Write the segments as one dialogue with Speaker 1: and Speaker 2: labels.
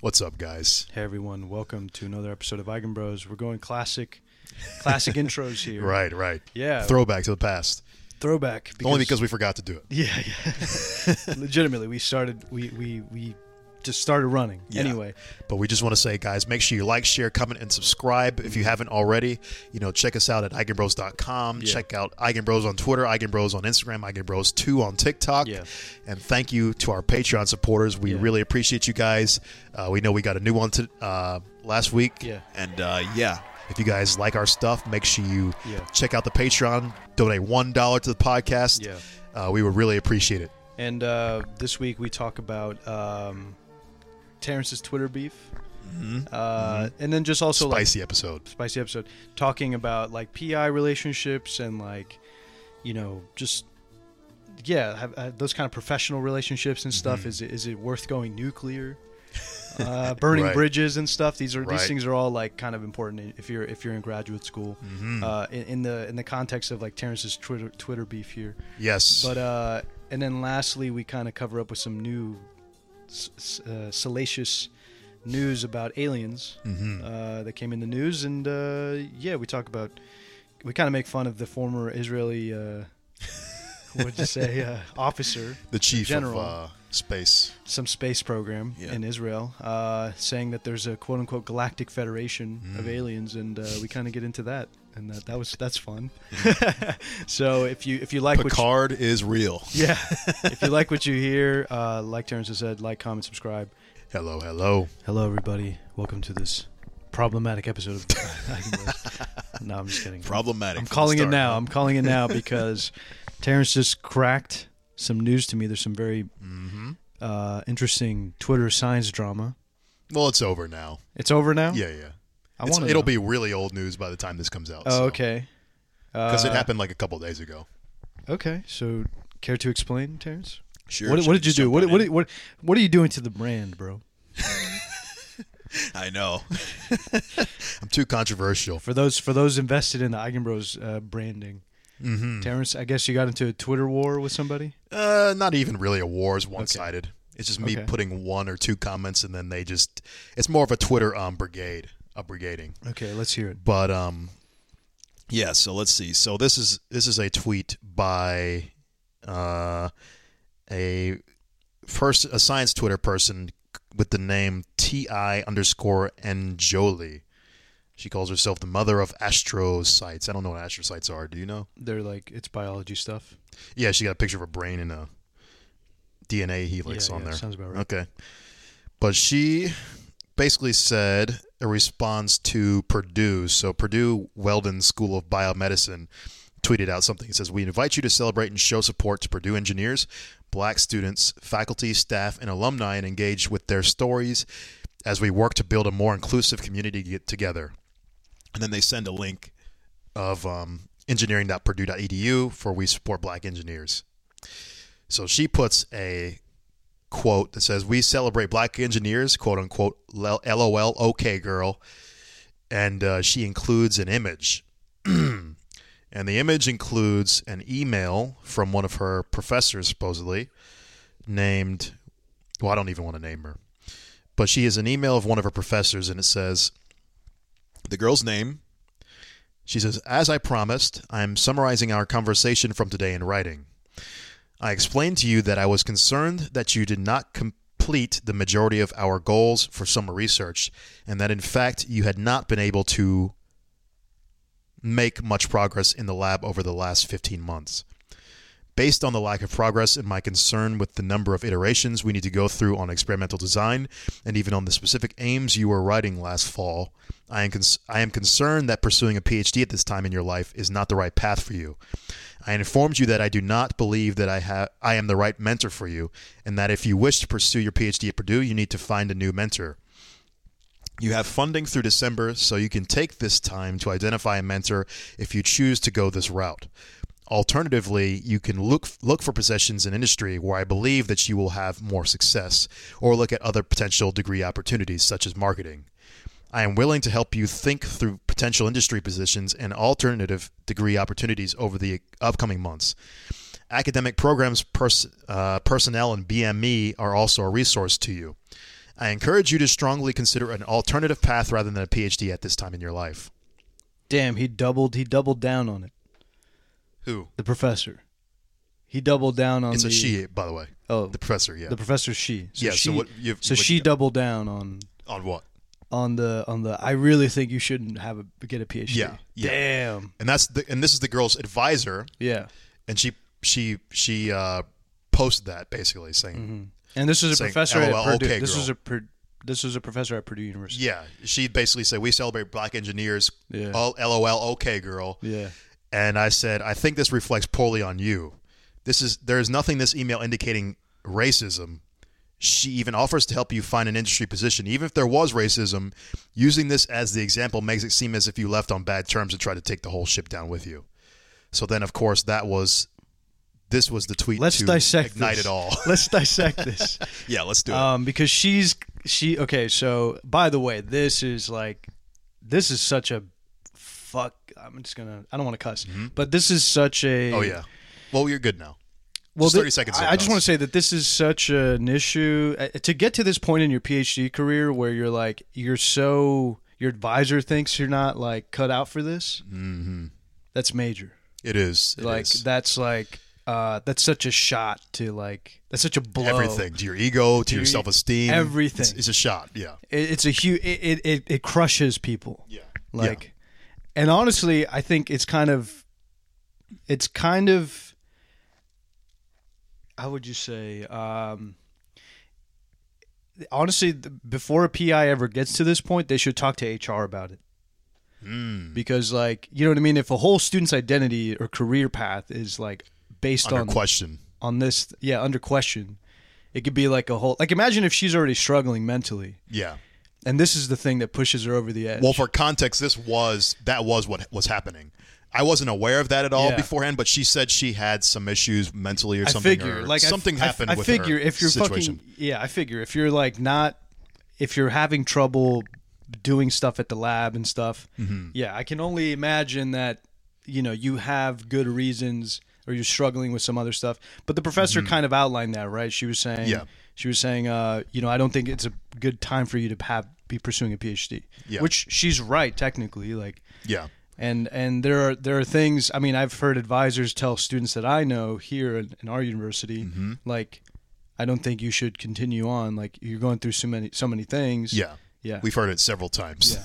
Speaker 1: What's up, guys?
Speaker 2: Hey everyone, welcome to another episode of Eigen Bros. We're going classic, classic intros here.
Speaker 1: Right, right.
Speaker 2: Yeah.
Speaker 1: Throwback to the past.
Speaker 2: Throwback.
Speaker 1: Only because we forgot to do it.
Speaker 2: Yeah, yeah. Legitimately, we started. We we we just started running.
Speaker 1: Yeah.
Speaker 2: Anyway,
Speaker 1: But we just want to say, guys, make sure you like, share, comment, and subscribe if you haven't already. You know, check us out at eigenbros.com.
Speaker 2: Yeah.
Speaker 1: Check out Eigenbros on Twitter, Eigenbros on Instagram, Eigenbros2 on TikTok.
Speaker 2: Yeah.
Speaker 1: And thank you to our Patreon supporters. We
Speaker 2: Yeah.
Speaker 1: really appreciate you guys. Uh, we know we got a new one to, uh, last week.
Speaker 2: Yeah.
Speaker 1: And uh, yeah. If you guys like our stuff, make sure you
Speaker 2: Yeah.
Speaker 1: check out the Patreon. Donate one dollar to the podcast.
Speaker 2: Yeah.
Speaker 1: Uh, we would really appreciate it.
Speaker 2: and uh, this week we talk about um, Terrence's Twitter beef,
Speaker 1: Mm-hmm.
Speaker 2: Uh, and then just also like
Speaker 1: Spicy episode.
Speaker 2: spicy episode talking about like PI relationships and like you know just yeah have, have those kind of professional relationships and stuff
Speaker 1: Mm-hmm.
Speaker 2: is it, is it worth going nuclear uh, burning
Speaker 1: Right.
Speaker 2: bridges and stuff these are
Speaker 1: Right.
Speaker 2: these things are all like kind of important if you're if you're in graduate school
Speaker 1: Mm-hmm.
Speaker 2: uh, in, in the in the context of like Terrence's Twitter Twitter beef here
Speaker 1: Yes.
Speaker 2: but uh and then lastly we kind of cover up with some new s- s- uh, salacious news about aliens
Speaker 1: Mm-hmm.
Speaker 2: uh, that came in the news and uh, yeah we talk about we kind of make fun of the former israeli uh, what'd you say uh, officer
Speaker 1: the chief
Speaker 2: general.
Speaker 1: of uh, space.
Speaker 2: some space program
Speaker 1: Yeah.
Speaker 2: in israel uh, saying that there's a quote-unquote galactic federation of
Speaker 1: Mm.
Speaker 2: aliens and uh, we kind of get into that and that, that was that's fun
Speaker 1: Mm-hmm.
Speaker 2: so if you if you like what you-
Speaker 1: Picard is real.
Speaker 2: yeah. if you like what you hear, uh, like Terrence has said, like, comment, subscribe.
Speaker 1: Hello, hello.
Speaker 2: Hello, everybody. Welcome to this problematic episode of. I can believe- no, I'm just kidding.
Speaker 1: Problematic.
Speaker 2: I'm calling it now. I'm calling it now because Terrence just cracked some news to me. There's some very uh, interesting Twitter science drama.
Speaker 1: Well, it's over now.
Speaker 2: It's over now.
Speaker 1: Yeah, yeah.
Speaker 2: I
Speaker 1: It's-
Speaker 2: want
Speaker 1: it'll be really old news by the time this comes out.
Speaker 2: Oh, okay. Uh,
Speaker 1: Because it happened like a couple days ago.
Speaker 2: Okay. So, care to explain, Terrence?
Speaker 3: Sure.
Speaker 2: what,
Speaker 3: should
Speaker 2: what
Speaker 3: we
Speaker 2: did you
Speaker 3: jump
Speaker 2: do? What,
Speaker 3: on
Speaker 2: what,
Speaker 3: in?
Speaker 2: what, what are you doing to the brand, bro?
Speaker 3: I know.
Speaker 1: I'm too controversial.
Speaker 2: for those for those invested in the Eigenbros uh, branding.
Speaker 1: Mm-hmm.
Speaker 2: Terrence, I guess you got into a Twitter war with somebody.
Speaker 1: Uh, not even really a war is one sided. It's just me
Speaker 2: Okay.
Speaker 1: putting one or two comments and then they just. It's more of a Twitter um brigade, a brigading.
Speaker 2: Okay, let's hear it.
Speaker 1: But um, yeah. So let's see. So this is this is a tweet by uh, a first a science Twitter person with the name ti underscore Njoli. She calls herself the mother of astrocytes. I don't know what astrocytes are. Do you know?
Speaker 2: They're like it's biology stuff.
Speaker 1: Yeah, she got a picture of her brain and a DNA helix
Speaker 2: Yeah,
Speaker 1: on
Speaker 2: yeah,
Speaker 1: there.
Speaker 2: sounds about right.
Speaker 1: Okay. But she basically said a response to Purdue. So Purdue Weldon School of Biomedicine tweeted out something. It says, "We invite you to celebrate and show support to Purdue engineers, black students, faculty, staff, and alumni and engage with their stories as we work to build a more inclusive community to get together." And then they send a link of um, engineering.purdue.edu for we support black engineers. So she puts a quote that says, "We celebrate black engineers," quote unquote. L- LOL, okay, girl. And uh, she includes an image, and the image includes an email from one of her professors, supposedly named. Well, I don't even want to name her, but she has an email of one of her professors, and it says, "The girl's name she says, As I promised, I am summarizing our conversation from today in writing. I explained to you that I was concerned that you did not complete the majority of our goals for summer research, and that in fact you had not been able to make much progress in the lab over the last 15 months. Based on the lack of progress and my concern with the number of iterations we need to go through on experimental design and even on the specific aims you were writing last fall, I am, cons- I am concerned that pursuing a PhD at this time in your life is not the right path for you. I informed you that I do not believe that I, ha- I am the right mentor for you, and that if you wish to pursue your PhD at Purdue, you need to find a new mentor. You have funding through December, so you can take this time to identify a mentor if you choose to go this route. Alternatively, you can look look for positions in industry where I believe that you will have more success, or look at other potential degree opportunities such as marketing. I am willing to help you think through potential industry positions and alternative degree opportunities over the upcoming months. E Academic programs pers- uh, personnel and BME are also a resource to you. I encourage you to strongly consider an alternative path rather than a PhD at this time in your life.
Speaker 2: Damn, he doubled. He doubled down on it.
Speaker 1: Who?
Speaker 2: The professor. He doubled down on
Speaker 1: It's
Speaker 2: the
Speaker 1: a she, by the way.
Speaker 2: Oh,
Speaker 1: The professor, yeah.
Speaker 2: the professor's she. So
Speaker 1: yeah,
Speaker 2: She,
Speaker 1: so what you've,
Speaker 2: so
Speaker 1: what-
Speaker 2: she doubled down on
Speaker 1: on what?
Speaker 2: on the on the. I really think you shouldn't have a get a PhD.
Speaker 1: Yeah, yeah.
Speaker 2: Damn.
Speaker 1: And that's the and this is the girl's advisor
Speaker 2: Yeah.
Speaker 1: and she she she uh posted that basically saying
Speaker 2: Mm-hmm. And this was a
Speaker 1: Saying,
Speaker 2: professor
Speaker 1: "LOL,
Speaker 2: at Purdue.
Speaker 1: okay,
Speaker 2: this
Speaker 1: girl."
Speaker 2: was a Pur- this was a professor at Purdue University.
Speaker 1: yeah, she basically said we celebrate black engineers.
Speaker 2: Yeah.
Speaker 1: All LOL okay girl.
Speaker 2: Yeah.
Speaker 1: And I said, I think this reflects poorly on you. This is there is nothing in this email indicating racism. She even offers to help you find an industry position. Even if there was racism, using this as the example makes it seem as if you left on bad terms and tried to take the whole ship down with you. So then, of course, that was this was the tweet
Speaker 2: Let's
Speaker 1: to
Speaker 2: dissect
Speaker 1: ignite
Speaker 2: this.
Speaker 1: it all.
Speaker 2: Let's dissect this.
Speaker 1: yeah, let's do it.
Speaker 2: um, because she's she okay. So by the way, this is like this is such a fuck. I'm just gonna. I don't want to cuss, but this is such a.
Speaker 1: Mm-hmm. oh yeah. Well, you're good now.
Speaker 2: Well,
Speaker 1: Just 30
Speaker 2: thi-
Speaker 1: seconds
Speaker 2: I,
Speaker 1: of
Speaker 2: I just
Speaker 1: us.
Speaker 2: want to say that this is such an issue Uh, to get to this point in your PhD career where you're like you're so your advisor thinks you're not like cut out for this. Mm-hmm. That's major.
Speaker 1: It is It
Speaker 2: like
Speaker 1: is.
Speaker 2: that's like uh, that's such a shot to like that's such a blow.
Speaker 1: everything to your ego, to, your
Speaker 2: your-
Speaker 1: self esteem,
Speaker 2: everything.
Speaker 1: It's, it's a shot. Yeah.
Speaker 2: It, it's a huge. It, it it crushes people.
Speaker 1: Yeah.
Speaker 2: Like, and honestly, I think it's kind of, it's kind of, how would you say? Um, honestly, the, before a PI ever gets to this point, they should talk to HR about it.
Speaker 1: Hmm.
Speaker 2: Because, like, you know what I mean? If a whole student's identity or career path is like based
Speaker 1: Under
Speaker 2: on
Speaker 1: question.
Speaker 2: on this, yeah, under question, it could be like a whole. Like, imagine if she's already struggling mentally,
Speaker 1: Yeah.
Speaker 2: and this is the thing that pushes her over the edge.
Speaker 1: Well, for context, this was that was what was happening. I wasn't aware of that at all
Speaker 2: Yeah.
Speaker 1: beforand, but she said she had some issues mentally or
Speaker 2: I
Speaker 1: something.
Speaker 2: figure,
Speaker 1: or
Speaker 2: like I f-
Speaker 1: something
Speaker 2: I, f-
Speaker 1: happened
Speaker 2: I,
Speaker 1: with
Speaker 2: figure
Speaker 1: her
Speaker 2: if you're
Speaker 1: situation.
Speaker 2: fucking yeah, I figure if you're like not if you're having trouble doing stuff at the lab and stuff,
Speaker 1: Mm-hmm.
Speaker 2: yeah, I can only imagine that you know you have good reasons or you're struggling with some other stuff. But the professor kind of outlined that, right? She was saying,
Speaker 1: Mm-hmm. Yeah.
Speaker 2: she was saying, uh, you know, I don't think it's a good time for you to have be pursuing a PhD,
Speaker 1: Yeah.
Speaker 2: which she's right technically, like
Speaker 1: yeah,
Speaker 2: and and there are there are things i mean i've heard advisors tell students that i know here in, in our university
Speaker 1: Mm-hmm.
Speaker 2: like i don't think you should continue on like you're going through so many so many things
Speaker 1: yeah,
Speaker 2: yeah
Speaker 1: we've heard it several times.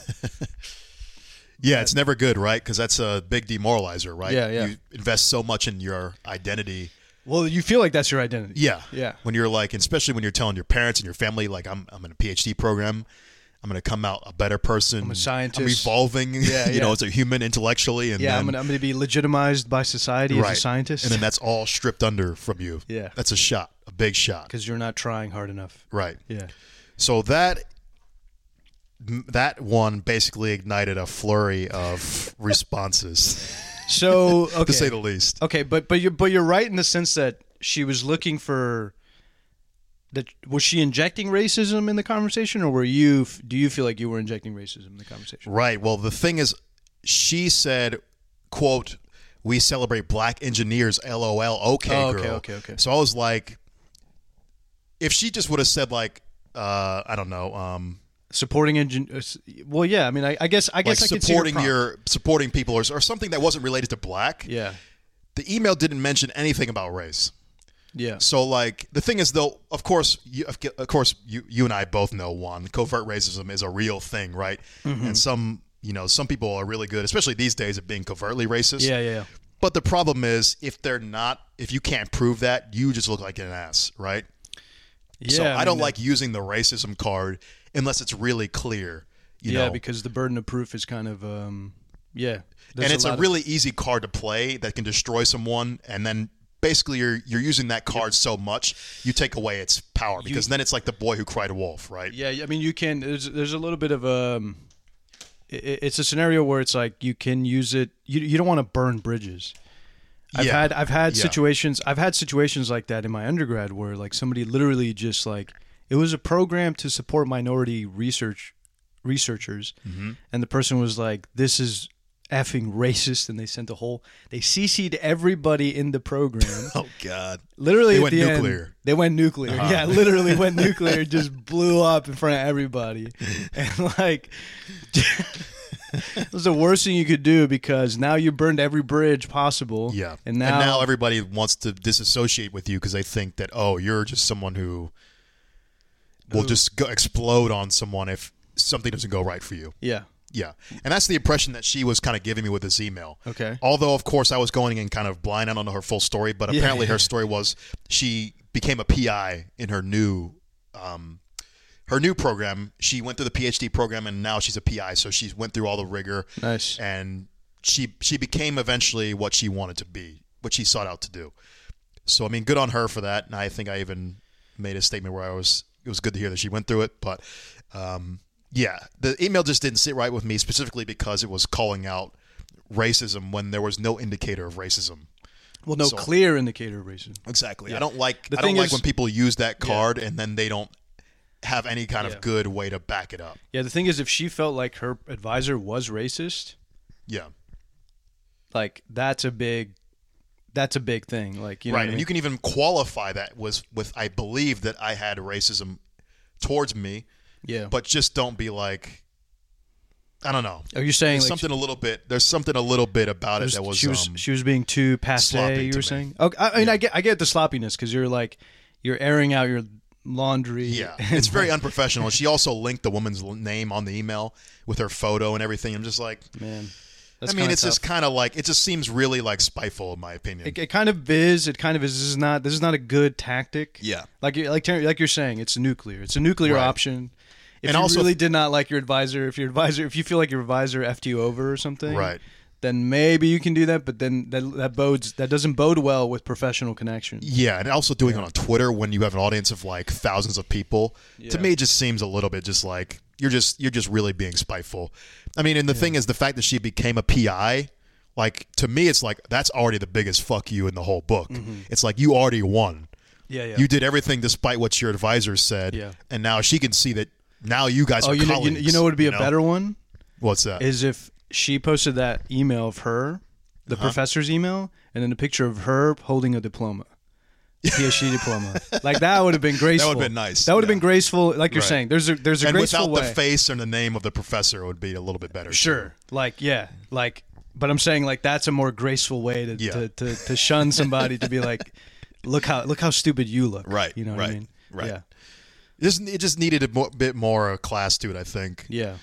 Speaker 1: Yeah, it's never good, right? Because that's a big demoralizer, right?
Speaker 2: Yeah, yeah.
Speaker 1: You invest so much in your identity.
Speaker 2: well you feel like that's your identity
Speaker 1: Yeah,
Speaker 2: Yeah.
Speaker 1: When you're like, especially when you're telling your parents and your family, like, I'm I'm in a PhD program. I'm going to come out a better person. I'm I'm
Speaker 2: scientist.
Speaker 1: evolving.
Speaker 2: Yeah,
Speaker 1: you know,
Speaker 2: yeah.
Speaker 1: as a human intellectually, and
Speaker 2: yeah
Speaker 1: then,
Speaker 2: I'm, gonna, I'm gonna be legitimized by society as a
Speaker 1: And
Speaker 2: scientist
Speaker 1: then that's all stripped under from you.
Speaker 2: Yeah.
Speaker 1: That's a shot, a big shot.
Speaker 2: because you're not trying hard enough
Speaker 1: Right.
Speaker 2: yeah
Speaker 1: So that that one basically ignited a flurry of responses,
Speaker 2: so okay
Speaker 1: to say the least.
Speaker 2: okay but but you're but you're right in the sense that she was looking for that was she injecting racism in the conversation or were you do you feel like you were injecting racism in the conversation
Speaker 1: Right. Well, the thing is, she said, "quote We celebrate black engineers." LOL. Okay,
Speaker 2: Oh, okay,
Speaker 1: girl.
Speaker 2: okay, okay.
Speaker 1: So I was like, if she just would have said like, uh, I don't know, um,
Speaker 2: supporting engine. uh, s- Well, yeah. I mean, I, I guess I
Speaker 1: like
Speaker 2: guess I could see
Speaker 1: supporting
Speaker 2: prompt.
Speaker 1: your supporting people or, or something that wasn't related to black.
Speaker 2: yeah,
Speaker 1: the email didn't mention anything about race.
Speaker 2: yeah,
Speaker 1: So like the thing is though, of course, you, of of course, you you and I both know one covert racism is a real thing, right?
Speaker 2: Mm-hmm.
Speaker 1: And some you know some people are really good, especially these days, at being covertly racist.
Speaker 2: yeah, yeah, yeah.
Speaker 1: But the problem is if they're not, if you can't prove that, you just look like an ass, right? so
Speaker 2: Yeah,
Speaker 1: I,
Speaker 2: mean,
Speaker 1: don't
Speaker 2: uh,
Speaker 1: like using the racism card unless it's really clear. You
Speaker 2: yeah,
Speaker 1: know?
Speaker 2: because the burden of proof is kind of um, yeah,
Speaker 1: and it's a,
Speaker 2: lot of-
Speaker 1: really easy card to play that can destroy someone and then basically you're you're using that card so much you take away its power because then it's like the boy who cried wolf right
Speaker 2: yeah. I mean, you can. There's there's a little bit of um, i- i it's a scenario where it's like you can use it. You you don't want to burn bridges. I've
Speaker 1: Yeah.
Speaker 2: had I've had
Speaker 1: Yeah.
Speaker 2: situations I've had situations like that in my undergrad where like somebody literally just like it was a program to
Speaker 1: Mm-hmm.
Speaker 2: support minority research researchers and the person was like this is effing racist, and they sent a whole. They CC'd everybody in the program.
Speaker 1: Oh God.
Speaker 2: Literally,
Speaker 1: They
Speaker 2: at
Speaker 1: went
Speaker 2: the end,
Speaker 1: nuclear.
Speaker 2: they went nuclear.
Speaker 1: Uh-huh.
Speaker 2: Yeah, literally went nuclear. Just blew up in front of everybody, and like, it was the worst thing you could do because now you burned every bridge possible.
Speaker 1: Yeah.
Speaker 2: and now,
Speaker 1: everybody wants to disassociate with you because they think that oh, you're just someone who will just go explode on someone if something doesn't go right for you.
Speaker 2: yeah,
Speaker 1: Yeah. And that's the impression that she was kind of giving me with this email.
Speaker 2: Okay.
Speaker 1: Although, of course, I was going in kind of blind. I don't know her full story, but
Speaker 2: Yeah.
Speaker 1: apparently her story was she became a PI in her new. Um, her new program, she went through the PhD program and now she's a PI. So she went through all the rigor
Speaker 2: nice.
Speaker 1: and she she became eventually what she wanted to be, what she sought out to do. So I mean, good on her for that. And I think I even made a statement where I was it was good to hear that she went through it, but um, yeah, the email just didn't sit right with me specifically because it was calling out racism when there was no indicator of racism.
Speaker 2: Well, no
Speaker 1: So-
Speaker 2: clear indicator of racism.
Speaker 1: Exactly. I don't like
Speaker 2: The
Speaker 1: I don't
Speaker 2: thing
Speaker 1: like
Speaker 2: is-
Speaker 1: when people use that card and then they don't have any kind
Speaker 2: Yeah.
Speaker 1: of good way to back it up.
Speaker 2: Yeah, the thing is, if she felt like her advisor was racist,
Speaker 1: Yeah.
Speaker 2: like that's a big, that's a big thing. Like you know,
Speaker 1: right,
Speaker 2: what I
Speaker 1: and
Speaker 2: mean?
Speaker 1: you can even qualify that was with I believe that I had racism towards me,
Speaker 2: yeah.
Speaker 1: but just don't be like, I don't know,
Speaker 2: are you saying
Speaker 1: there's
Speaker 2: like,
Speaker 1: something a little bit. There's something a little bit about it
Speaker 2: was-
Speaker 1: that was,
Speaker 2: she was
Speaker 1: um,
Speaker 2: she was being too
Speaker 1: sloppy
Speaker 2: passe. You
Speaker 1: to
Speaker 2: were
Speaker 1: me.
Speaker 2: saying, okay, I, I mean, I get I get the sloppiness because you're like you're airing out your laundry.
Speaker 1: yeah, it's very unprofessional. She also linked the woman's l- name on the email with her photo and everything. I'm just like,
Speaker 2: man. That's
Speaker 1: I mean,
Speaker 2: kinda
Speaker 1: it's
Speaker 2: tough.
Speaker 1: just kind of like it just seems really like spiteful in my opinion.
Speaker 2: it, it kind of is. It kind of is. This is not this is not a good tactic.
Speaker 1: Yeah.
Speaker 2: like you like Terry- like you're saying, it's nuclear. It's a nuclear
Speaker 1: Right.
Speaker 2: option. If
Speaker 1: And
Speaker 2: you
Speaker 1: also-
Speaker 2: really did not like your advisor, if your advisor, if you feel like your advisor effed you over or something,
Speaker 1: Right.
Speaker 2: Then maybe you can do that, but then that that bodes that doesn't bode well with professional connections.
Speaker 1: yeah, and also doing it on Twitter when you have an audience of like thousands of people, to
Speaker 2: Yeah.
Speaker 1: me it just seems a little bit just like you're just you're just really being spiteful. I mean, and the thing is, the fact that she became a PI, like to me, it's like that's already the biggest fuck you in the whole book. It's like you already won.
Speaker 2: Mm-hmm. Yeah, yeah.
Speaker 1: You did everything despite what your advisor said,
Speaker 2: Yeah.
Speaker 1: and now she can see that now you guys
Speaker 2: oh,
Speaker 1: are
Speaker 2: you know, you,
Speaker 1: colleagues.
Speaker 2: you know what would be a better one?
Speaker 1: What's that?
Speaker 2: is if she posted that email of her, the
Speaker 1: Uh-huh.
Speaker 2: professor's email, and then a picture of her holding a diploma, PhD diploma. Like that would have been graceful.
Speaker 1: been nice,
Speaker 2: That would have
Speaker 1: yeah.
Speaker 2: been graceful. Like you're
Speaker 1: Right.
Speaker 2: saying, there's a there's a
Speaker 1: and
Speaker 2: graceful
Speaker 1: without
Speaker 2: way.
Speaker 1: the face and the name of the professor, it would be a little bit better.
Speaker 2: sure. Like yeah. Like, but I'm saying like that's a more graceful way to
Speaker 1: Yeah.
Speaker 2: to, to, to shun somebody to be like, look how look how stupid you look.
Speaker 1: Right,
Speaker 2: You know what I
Speaker 1: right,
Speaker 2: mean?
Speaker 1: right.
Speaker 2: Yeah.
Speaker 1: Just, it just needed a mo- bit more uh, class to it, I think.
Speaker 2: Yeah.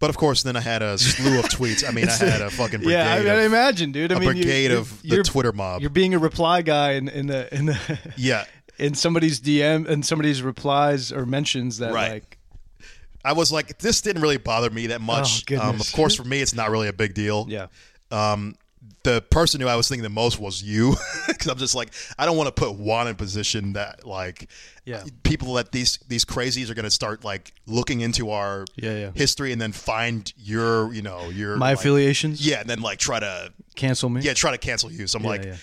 Speaker 1: But of course, then I had a slew of tweets. I mean, I had a fucking brigade,
Speaker 2: Yeah, I, mean, I
Speaker 1: of,
Speaker 2: imagine, dude. I
Speaker 1: a
Speaker 2: mean, you-
Speaker 1: brigade
Speaker 2: you-
Speaker 1: of the
Speaker 2: you're-
Speaker 1: Twitter mob.
Speaker 2: You're being a reply guy in, in the in the
Speaker 1: Yeah,
Speaker 2: in somebody's DM and somebody's replies or mentions that
Speaker 1: Right.
Speaker 2: like
Speaker 1: I was like, this didn't really bother me that much.
Speaker 2: Oh,
Speaker 1: um,
Speaker 2: goodness.
Speaker 1: of course, for me, it's not really a big deal.
Speaker 2: yeah
Speaker 1: Um, the person who I was thinking the most was you, because I'm just like, I don't want to put Juan in position that like,
Speaker 2: Yeah.
Speaker 1: people that these these crazies are going to start like looking into our
Speaker 2: Yeah, yeah.
Speaker 1: history and then find your you know your
Speaker 2: my
Speaker 1: like-
Speaker 2: affiliations
Speaker 1: Yeah, and then like try to
Speaker 2: cancel me
Speaker 1: yeah try to cancel you. So I'm
Speaker 2: Yeah,
Speaker 1: like,
Speaker 2: yeah.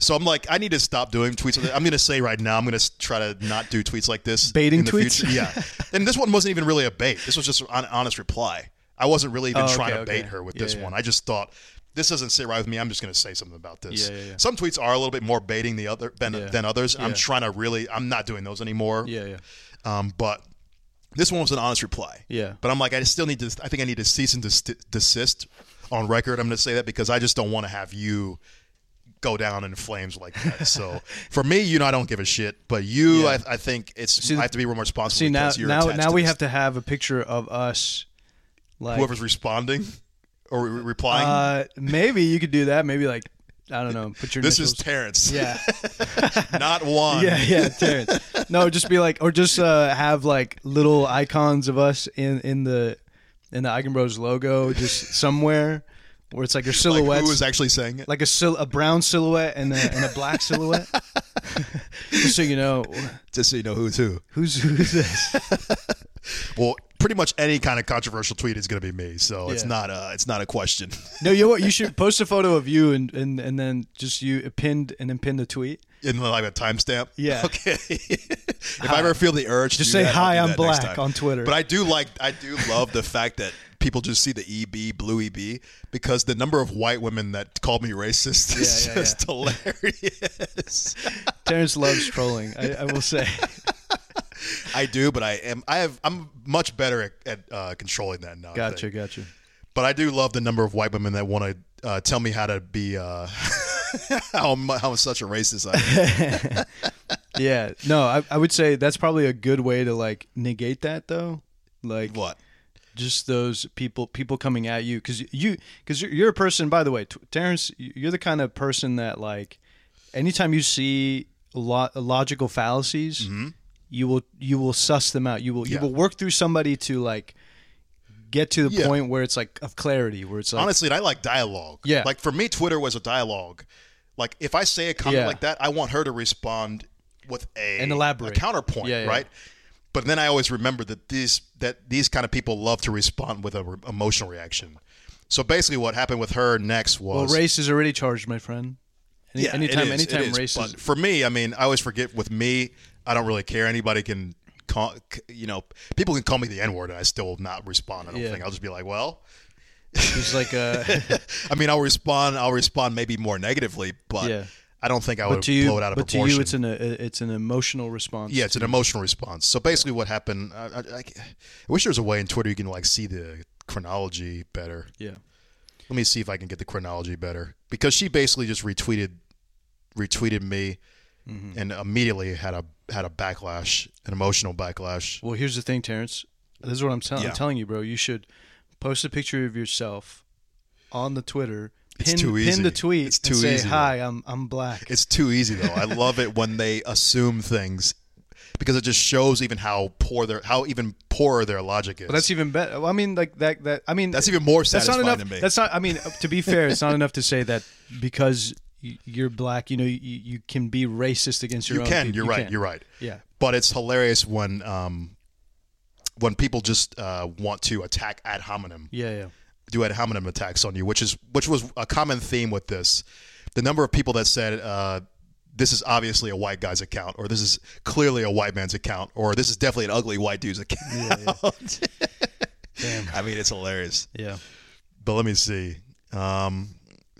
Speaker 1: So I'm like, I need to stop doing tweets. Like that. I'm going to say right now, I'm going to try to not do tweets like this.
Speaker 2: Baiting
Speaker 1: in the
Speaker 2: tweets?
Speaker 1: future. Yeah. And this one wasn't even really a bait. This was just an honest reply. I wasn't really even
Speaker 2: Oh, okay,
Speaker 1: trying to
Speaker 2: okay.
Speaker 1: bait her with
Speaker 2: Yeah,
Speaker 1: this
Speaker 2: yeah.
Speaker 1: one. I just thought this doesn't sit right with me. I'm just going to say something about this.
Speaker 2: Yeah, yeah, yeah.
Speaker 1: Some tweets are a little bit more baiting the other than,
Speaker 2: Yeah.
Speaker 1: than others. I'm
Speaker 2: Yeah.
Speaker 1: trying to really. I'm not doing those anymore.
Speaker 2: yeah yeah
Speaker 1: Um, but this one was an honest reply.
Speaker 2: Yeah.
Speaker 1: But I'm like, I still need to. I think I need to cease and des- desist on record. I'm going to say that because I just don't want to have you go down in flames like that. So for me, you know, I don't give a shit. But you,
Speaker 2: Yeah.
Speaker 1: I, I think it's. I have to be more responsible.
Speaker 2: see now
Speaker 1: because you're
Speaker 2: now
Speaker 1: attached
Speaker 2: now we
Speaker 1: this.
Speaker 2: have to have a picture of us like
Speaker 1: whoever's responding or re- replying.
Speaker 2: uh maybe you could do that maybe like I don't know put your
Speaker 1: this is
Speaker 2: initials
Speaker 1: Terrence,
Speaker 2: yeah
Speaker 1: not Juan.
Speaker 2: yeah yeah Terrence no just be like or just uh have like little icons of us in in the in the Eigenbros logo just somewhere where it's like your
Speaker 1: Like,
Speaker 2: silhouettes
Speaker 1: who was actually saying it?
Speaker 2: like a sil- a brown silhouette and a, and a black silhouette. Just so you know,
Speaker 1: Just so you know who's who.
Speaker 2: who's who's this?
Speaker 1: Well, pretty much any kind of controversial tweet is going to be me. So it's
Speaker 2: Yeah.
Speaker 1: not a. It's not a question.
Speaker 2: No, you know what? You should post a photo of you and and, and then just you uh, pinned and then pin the tweet.
Speaker 1: In like a timestamp?
Speaker 2: Yeah.
Speaker 1: Okay. if I ever feel the urge,
Speaker 2: Just
Speaker 1: to do
Speaker 2: say,
Speaker 1: that, I'll
Speaker 2: "Hi,
Speaker 1: do
Speaker 2: I'm
Speaker 1: that next
Speaker 2: black"
Speaker 1: time.
Speaker 2: on Twitter.
Speaker 1: But I do like, I do love the fact that people just see the EB, blue EB, because the number of white women that called me racist is
Speaker 2: Yeah, yeah,
Speaker 1: just hilarious.
Speaker 2: Terrence loves trolling. I, I will say.
Speaker 1: I do, but I am I have I'm much better at, at uh, controlling that now. I
Speaker 2: Gotcha,
Speaker 1: think.
Speaker 2: gotcha.
Speaker 1: But I do love the number of white women that want to uh, tell me how to be uh, how mu- how such a racist I am.
Speaker 2: Yeah. No, I, I would say that's probably a good way to like negate that though. Like
Speaker 1: what?
Speaker 2: just those people people coming at you because you because you're, you're a person by the way T- terrence you're the kind of person that like anytime you see lo- logical fallacies you will you will suss them out you will
Speaker 1: Mm-hmm. Yeah.
Speaker 2: you will work through somebody to like get to the
Speaker 1: Yeah.
Speaker 2: point where it's like of clarity where it's like
Speaker 1: Honestly, I like dialogue.
Speaker 2: Yeah.
Speaker 1: Like for me, Twitter was a dialogue. Like if I say a comment
Speaker 2: Yeah.
Speaker 1: like that, I want her to respond with a
Speaker 2: And elaborate.
Speaker 1: a counterpoint,
Speaker 2: Yeah, yeah.
Speaker 1: right? But then I always remember that these that these kind of people love to respond with an re- emotional reaction. So basically, what happened with her next
Speaker 2: well
Speaker 1: was
Speaker 2: race is already charged my friend Any,
Speaker 1: it
Speaker 2: anytime
Speaker 1: is, it
Speaker 2: anytime
Speaker 1: is.
Speaker 2: race is
Speaker 1: But for me, I mean, I always forget. With me, I don't really care. Anybody can call, c- you know, people can call me the N word, and I still will not respond. I don't
Speaker 2: Yeah.
Speaker 1: think I'll just be like, well,
Speaker 2: he's like uh
Speaker 1: I mean, I'll respond. I'll respond maybe more negatively, but
Speaker 2: Yeah.
Speaker 1: I don't think I would
Speaker 2: to you
Speaker 1: blow it out of
Speaker 2: but to
Speaker 1: proportion.
Speaker 2: you it's an uh, it's an emotional response
Speaker 1: yeah, it's an emotional response. So basically, what happened? I, I, I c- I wish there was a way in Twitter you can like see the chronology better.
Speaker 2: yeah
Speaker 1: Let me see if I can get the chronology better because she basically just retweeted retweeted me
Speaker 2: Mm-hmm.
Speaker 1: and immediately had a had a backlash, an emotional backlash.
Speaker 2: Well, here's the thing, Terrence. This is what I'm, tell-
Speaker 1: Yeah.
Speaker 2: I'm telling you, bro. You should post a picture of yourself on the Twitter.
Speaker 1: It's
Speaker 2: Pin,
Speaker 1: too easy.
Speaker 2: pin the tweet
Speaker 1: It's
Speaker 2: and
Speaker 1: too
Speaker 2: say,
Speaker 1: easy, though.
Speaker 2: "Hi, I'm I'm black."
Speaker 1: It's too easy though. I love it when they assume things because it just shows even how poor their how even poorer their logic is.
Speaker 2: but that's even better. Well, I mean, like that. That I mean,
Speaker 1: That's even more
Speaker 2: that's not
Speaker 1: satisfying
Speaker 2: enough.
Speaker 1: to me.
Speaker 2: That's not. I mean, to be fair, it's not enough to say that because y- you're black. You know, you, you can be racist against your
Speaker 1: you
Speaker 2: own.
Speaker 1: can.
Speaker 2: people.
Speaker 1: You're
Speaker 2: You
Speaker 1: right.
Speaker 2: can.
Speaker 1: You're right.
Speaker 2: Yeah.
Speaker 1: But it's hilarious when um, when people just uh, want to attack ad hominem,
Speaker 2: Yeah. Yeah.
Speaker 1: do ad hominem attacks on you, which is which was a common theme with this. The number of people that said uh, this is obviously a white guy's account, or this is clearly a white man's account, or this is definitely an ugly white dude's account.
Speaker 2: Damn.
Speaker 1: I mean, it's hilarious.
Speaker 2: Yeah.
Speaker 1: But let me see. Um,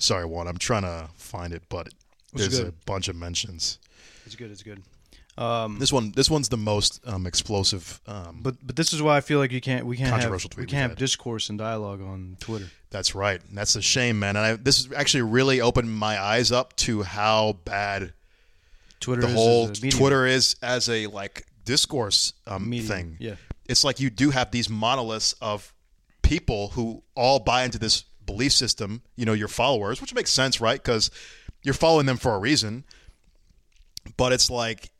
Speaker 1: sorry, Juan. I'm trying to find it, but
Speaker 2: It's
Speaker 1: there's a
Speaker 2: good.
Speaker 1: bunch of mentions.
Speaker 2: It's good. It's good. Um,
Speaker 1: This one, this one's the most um, explosive. Um,
Speaker 2: but but this is why I feel like you can't we can't have
Speaker 1: Controversial tweet
Speaker 2: we
Speaker 1: we've
Speaker 2: can't have
Speaker 1: had.
Speaker 2: discourse and dialogue on Twitter.
Speaker 1: that's right. And that's a shame, man. And I, this has actually really opened my eyes up to how bad
Speaker 2: Twitter
Speaker 1: the
Speaker 2: is,
Speaker 1: whole
Speaker 2: is a medium.
Speaker 1: Twitter is as a like discourse um,
Speaker 2: Medium,
Speaker 1: thing.
Speaker 2: yeah.
Speaker 1: it's like you do have these monoliths of people who all buy into this belief system. You know, your followers, which makes sense, right? Because you're following them for a reason. But it's like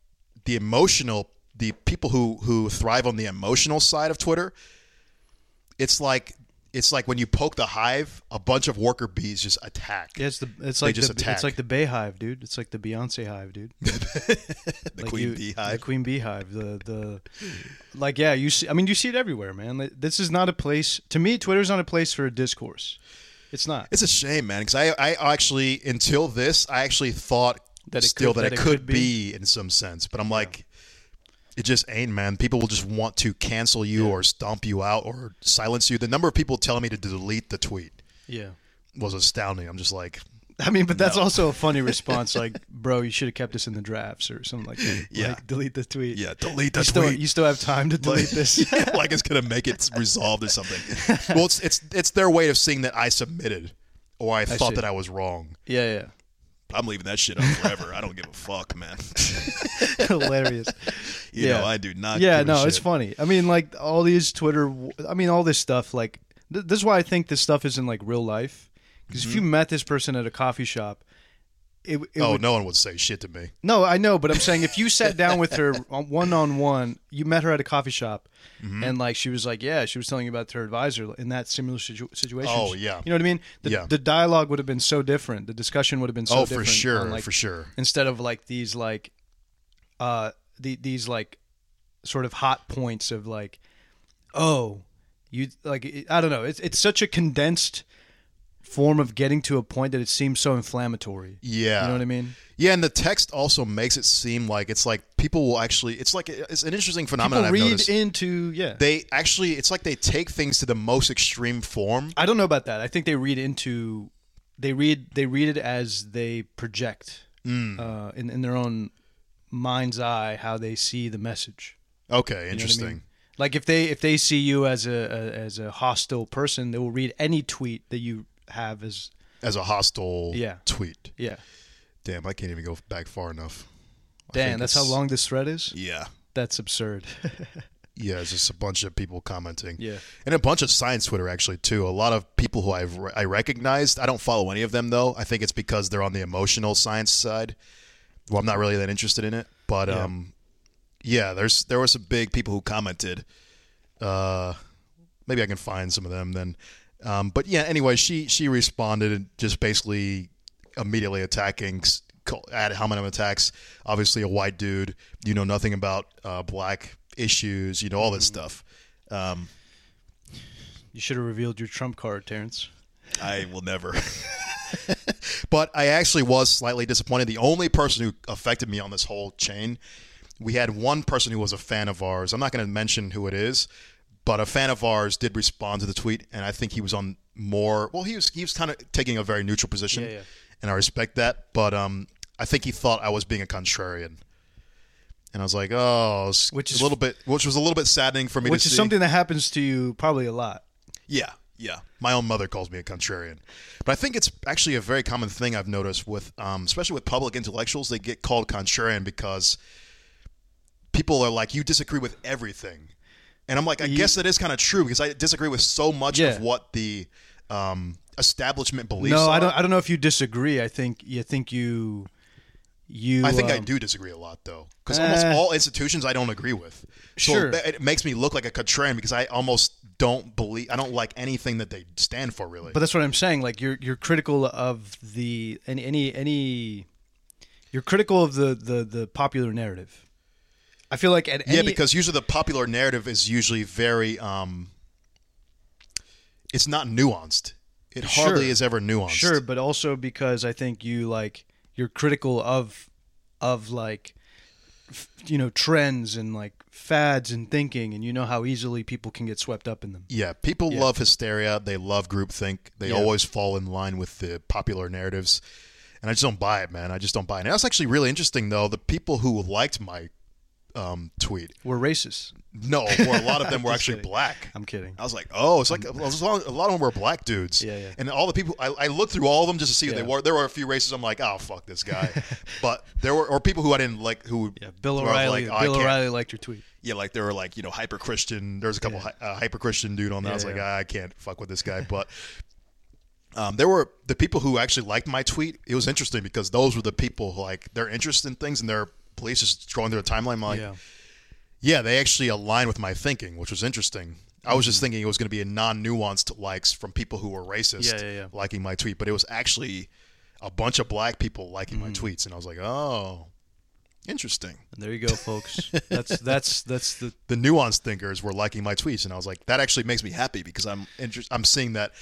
Speaker 1: the emotional, the people who who thrive on the emotional side of Twitter. It's like it's like when you poke the hive, a bunch of worker bees just attack.
Speaker 2: Yeah, it's the it's like
Speaker 1: just
Speaker 2: the,
Speaker 1: attack.
Speaker 2: it's like the Bay Hive, dude. It's like the Beyonce Hive, dude.
Speaker 1: the
Speaker 2: Like
Speaker 1: queen
Speaker 2: you-
Speaker 1: bee hive.
Speaker 2: The Queen Bee Hive. The the like yeah, you see. I mean, you see it everywhere, man. Like, this is not a place to me. Twitter's not a place for discourse. It's not.
Speaker 1: It's a shame, man, because I, I actually until this, I actually thought
Speaker 2: That it
Speaker 1: still
Speaker 2: could-
Speaker 1: that, it could, be. in some sense, but I'm like, it just ain't, man. People will just want to cancel you or stomp you out or silence you. The number of people telling me to delete the tweet
Speaker 2: Yeah.
Speaker 1: was astounding. I'm just like,
Speaker 2: I mean, but that's also a funny response. Like, bro, you should have kept this in the drafts or something like that.
Speaker 1: Yeah.
Speaker 2: Like, delete the tweet.
Speaker 1: yeah, delete
Speaker 2: You
Speaker 1: the
Speaker 2: still
Speaker 1: tweet.
Speaker 2: you still have time to delete
Speaker 1: like,
Speaker 2: this.
Speaker 1: yeah, like it's gonna make it resolved or something. well, it's it's it's their way of seeing that I submitted or I, thought
Speaker 2: see.
Speaker 1: that I was wrong.
Speaker 2: Yeah. Yeah.
Speaker 1: I'm leaving that shit up forever. I don't give a fuck, man.
Speaker 2: Hilarious.
Speaker 1: you
Speaker 2: Yeah.
Speaker 1: know, I do not.
Speaker 2: yeah
Speaker 1: give a
Speaker 2: no it's
Speaker 1: shit.
Speaker 2: funny i mean like all these twitter i mean all this stuff like th- this is why i think this stuff is in like real life because if you met this person at a coffee shop it, it
Speaker 1: Mm-hmm. Oh,
Speaker 2: would,
Speaker 1: no one would say shit to me.
Speaker 2: no i know but i'm saying if you sat down with her on- one-on-one you met her at a coffee shop
Speaker 1: Mm-hmm.
Speaker 2: and like she was like yeah she was telling you about her advisor in that similar situ- situation
Speaker 1: Oh, yeah.
Speaker 2: you know what i mean the,
Speaker 1: Yeah.
Speaker 2: the dialogue would have been so different the discussion would have been so
Speaker 1: oh, for
Speaker 2: different
Speaker 1: sure,
Speaker 2: on, like,
Speaker 1: for sure.
Speaker 2: instead of like these like uh the, these like sort of hot points of like oh you like it- i don't know it's it's such a condensed form of getting to a point that it seems so inflammatory.
Speaker 1: Yeah.
Speaker 2: You know what I mean?
Speaker 1: Yeah, and the text also makes it seem like it's like people will actually. It's like it's an interesting phenomenon.
Speaker 2: People
Speaker 1: I've
Speaker 2: read
Speaker 1: noticed.
Speaker 2: into yeah.
Speaker 1: they actually, it's like they take things to the most extreme form.
Speaker 2: I don't know about that. I think they read into they read they read it as they project
Speaker 1: Mm.
Speaker 2: uh, in in their own mind's eye how they see the message.
Speaker 1: Okay,
Speaker 2: You know what I
Speaker 1: interesting.
Speaker 2: mean? Like if they if they see you as a, a as a hostile person, they will read any tweet that you have as
Speaker 1: As a hostile
Speaker 2: Yeah.
Speaker 1: tweet.
Speaker 2: yeah.
Speaker 1: Damn, I can't even go back far enough. I
Speaker 2: Damn,
Speaker 1: think
Speaker 2: that's how
Speaker 1: it's-
Speaker 2: long this thread is.
Speaker 1: Yeah.
Speaker 2: That's absurd.
Speaker 1: Yeah, it's just a bunch of people commenting.
Speaker 2: Yeah.
Speaker 1: And a bunch of science Twitter, actually, too. A lot of people who I've, re- I recognized. I don't follow any of them, though. I think it's because they're on the emotional science side. Well, I'm not really that interested in it. But,
Speaker 2: Yeah.
Speaker 1: um, yeah, there's there were some big people who commented. Uh, maybe I can find some of them then. Um, but yeah, anyway, she she responded and just basically immediately attacking s- call- at how many attacks. Obviously, a white dude. You know nothing about uh, black issues. You know all this stuff. Um,
Speaker 2: you should have revealed your trump card, Terrence.
Speaker 1: I will never. but I actually was slightly disappointed. The only person who affected me on this whole chain, we had one person who was a fan of ours. I'm not going to mention who it is, but a fan of ours did respond to the tweet, and I think he was on more. Well, he was he was kind of taking a very neutral position,
Speaker 2: Yeah, yeah.
Speaker 1: and I respect that. But um, I think he thought I was being a contrarian. And I was like, oh, it's
Speaker 2: Which is-
Speaker 1: a little bit, which was a little bit saddening for me.
Speaker 2: Which
Speaker 1: to
Speaker 2: is
Speaker 1: see.
Speaker 2: something that happens to you probably a lot.
Speaker 1: Yeah, yeah. My own mother calls me a contrarian, but I think it's actually a very common thing I've noticed with, um, especially with public intellectuals, they get called contrarian because people are like, "You disagree with everything," and I'm like, I guess that is kind of true because I disagree with so much
Speaker 2: Yeah.
Speaker 1: of what the um, establishment believes.
Speaker 2: No, I
Speaker 1: are.
Speaker 2: don't. I don't know if you disagree. I think you think you you.
Speaker 1: I think I
Speaker 2: um,
Speaker 1: do disagree a lot though, because almost
Speaker 2: Uh,
Speaker 1: all institutions I don't agree with. So
Speaker 2: Sure.
Speaker 1: that- it makes me look like a contrarian because I almost don't believe I don't like anything that they stand for really.
Speaker 2: But that's what I'm saying. Like you're you're critical of the any any any. You're critical of the the the popular narrative. I feel like at any
Speaker 1: Yeah, because usually the popular narrative is usually very um it's not nuanced. It hardly
Speaker 2: Sure.
Speaker 1: is ever nuanced.
Speaker 2: sure, but also because I think you like you're critical of of like f- you know trends and like fads and thinking and you know how easily people can get swept up in them.
Speaker 1: Yeah, people love hysteria. They love groupthink. They
Speaker 2: Yeah.
Speaker 1: always fall in line with the popular narratives. And I just don't buy it, man. I just don't buy it. And that's actually really interesting, though. The people who liked my um, tweet,
Speaker 2: We're racist.
Speaker 1: no, or a lot of them were
Speaker 2: Just
Speaker 1: actually
Speaker 2: kidding.
Speaker 1: black.
Speaker 2: I'm kidding.
Speaker 1: I was like, oh, it's like a lot, a lot of them were black dudes.
Speaker 2: Yeah, yeah.
Speaker 1: And all the people, I, I looked through all of them just to see who
Speaker 2: Yeah.
Speaker 1: they were. There were a few races. I'm like, oh, fuck this guy. but there were, or people who I didn't like, who,
Speaker 2: Yeah, Bill
Speaker 1: who I was
Speaker 2: O'Reilly.
Speaker 1: like, oh, I
Speaker 2: Bill
Speaker 1: can't-
Speaker 2: O'Reilly liked your tweet.
Speaker 1: Yeah, like there were like, you know, hyper Christian. There's a couple
Speaker 2: Yeah.
Speaker 1: hy uh, hyper Christian dude on that. I was
Speaker 2: Yeah,
Speaker 1: like,
Speaker 2: yeah.
Speaker 1: ah, I can't fuck with this guy. But um, there were the people who actually liked my tweet. It was interesting because those were the people who, like, their interest in things and their beliefs just scrolling through the timeline. Like,
Speaker 2: yeah.
Speaker 1: yeah, they actually align with my thinking, which was interesting. I was just
Speaker 2: Mm-hmm.
Speaker 1: thinking it was going to be a non-nuanced likes from people who were racist
Speaker 2: Yeah, yeah, yeah.
Speaker 1: liking my tweet, but it was actually a bunch of black people liking
Speaker 2: Mm.
Speaker 1: my tweets, and I was like, oh, interesting.
Speaker 2: And there you go, folks. That's that's that's the
Speaker 1: The nuanced thinkers were liking my tweets, and I was like, that actually makes me happy because I'm interest- I'm seeing that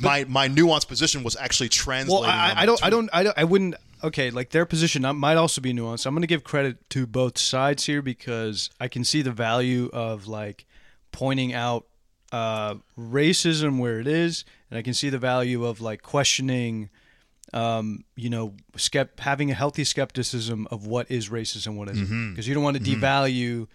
Speaker 1: my my nuanced position was actually translating.
Speaker 2: well.
Speaker 1: on
Speaker 2: I, I
Speaker 1: my
Speaker 2: don't. I
Speaker 1: tweet.
Speaker 2: don't. I don't. I wouldn't. Okay, like their position uh, might also be nuanced. I'm going to give credit to both sides here because I can see the value of like pointing out uh, racism where it is, and I can see the value of like questioning, um, you know, skept- having a healthy skepticism of what is racist and what isn't, because you don't want to devalue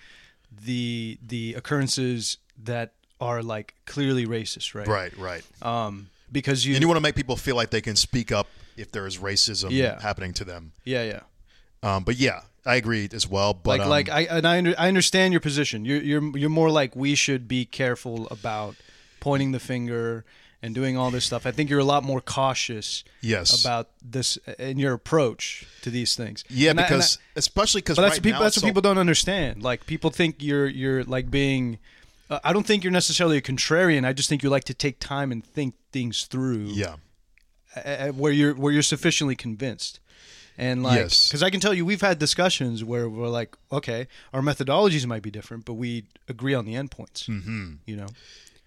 Speaker 2: the the occurrences that are like clearly racist, right?
Speaker 1: Right, right.
Speaker 2: Um, because you,
Speaker 1: and you want to make people feel like they can speak up if there is racism
Speaker 2: Yeah.
Speaker 1: happening to them.
Speaker 2: yeah, yeah.
Speaker 1: Um, but yeah, I agreed as well. But
Speaker 2: like
Speaker 1: um,
Speaker 2: like I and I, under, I understand your position. You're you're you're more like we should be careful about pointing the finger and doing all this stuff. I think you're a lot more cautious
Speaker 1: Yes.
Speaker 2: about this uh, in your approach to these things.
Speaker 1: yeah,
Speaker 2: And I- and I-
Speaker 1: because especially 'cause especially because right
Speaker 2: but that's what people
Speaker 1: now it's
Speaker 2: that's what
Speaker 1: so-
Speaker 2: people don't understand. Like people think you're you're like being. Uh, I don't think you're necessarily a contrarian. I just think you like to take time and think things through.
Speaker 1: Yeah,
Speaker 2: uh, where you're where you're sufficiently convinced and like
Speaker 1: Yes.
Speaker 2: because i can tell you we've had discussions where we're like okay our methodologies might be different but we agree on the endpoints mm-hmm. you know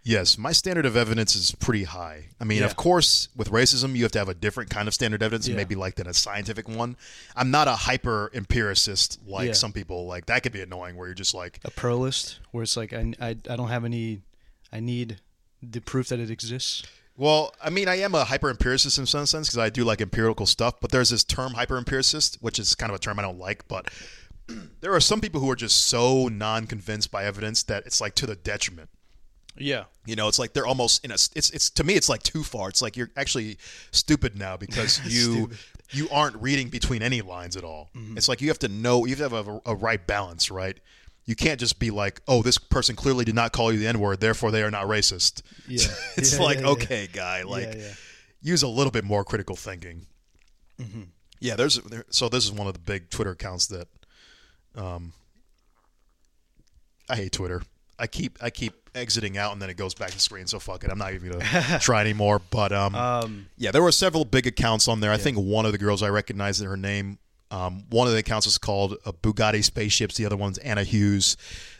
Speaker 1: Yes, my standard of evidence is pretty high. I mean,
Speaker 2: Yeah.
Speaker 1: of course, with racism, you have to have a different kind of standard evidence,
Speaker 2: Yeah.
Speaker 1: maybe like than a scientific one. I'm not a hyper empiricist like
Speaker 2: Yeah.
Speaker 1: some people. Like that could be annoying, where you're just like,
Speaker 2: A pro list where it's like I, I, I don't have any. I need the proof that it exists.
Speaker 1: Well, I mean, I am a hyper empiricist in some sense because I do like empirical stuff, but there's this term hyper empiricist, which is kind of a term I don't like, but there are some people who are just so non convinced by evidence that it's like to the detriment.
Speaker 2: Yeah.
Speaker 1: You know, it's like they're almost in a. It's it's to me, it's like too far. It's like you're actually stupid now because you you aren't reading between any lines at all. It's like you have to know. You have to have a, a right balance, right? You can't just be like, oh, this person clearly did not call you the N word, therefore they are not racist.
Speaker 2: Yeah.
Speaker 1: it's
Speaker 2: Yeah,
Speaker 1: like
Speaker 2: yeah, yeah.
Speaker 1: okay, guy, like
Speaker 2: yeah.
Speaker 1: use a little bit more critical thinking.
Speaker 2: Mm-hmm.
Speaker 1: Yeah, there's there, so this is one of the big Twitter accounts that, um, I hate Twitter. I keep I keep exiting out and then it goes back to screen. So fuck it. I'm not even gonna try anymore. But um,
Speaker 2: Um,
Speaker 1: yeah, there were several big accounts on there. I think one of the girls I recognized in her name. Um, one of the accounts is called uh, Bugatti Spaceships. The other one's Anna Hughes.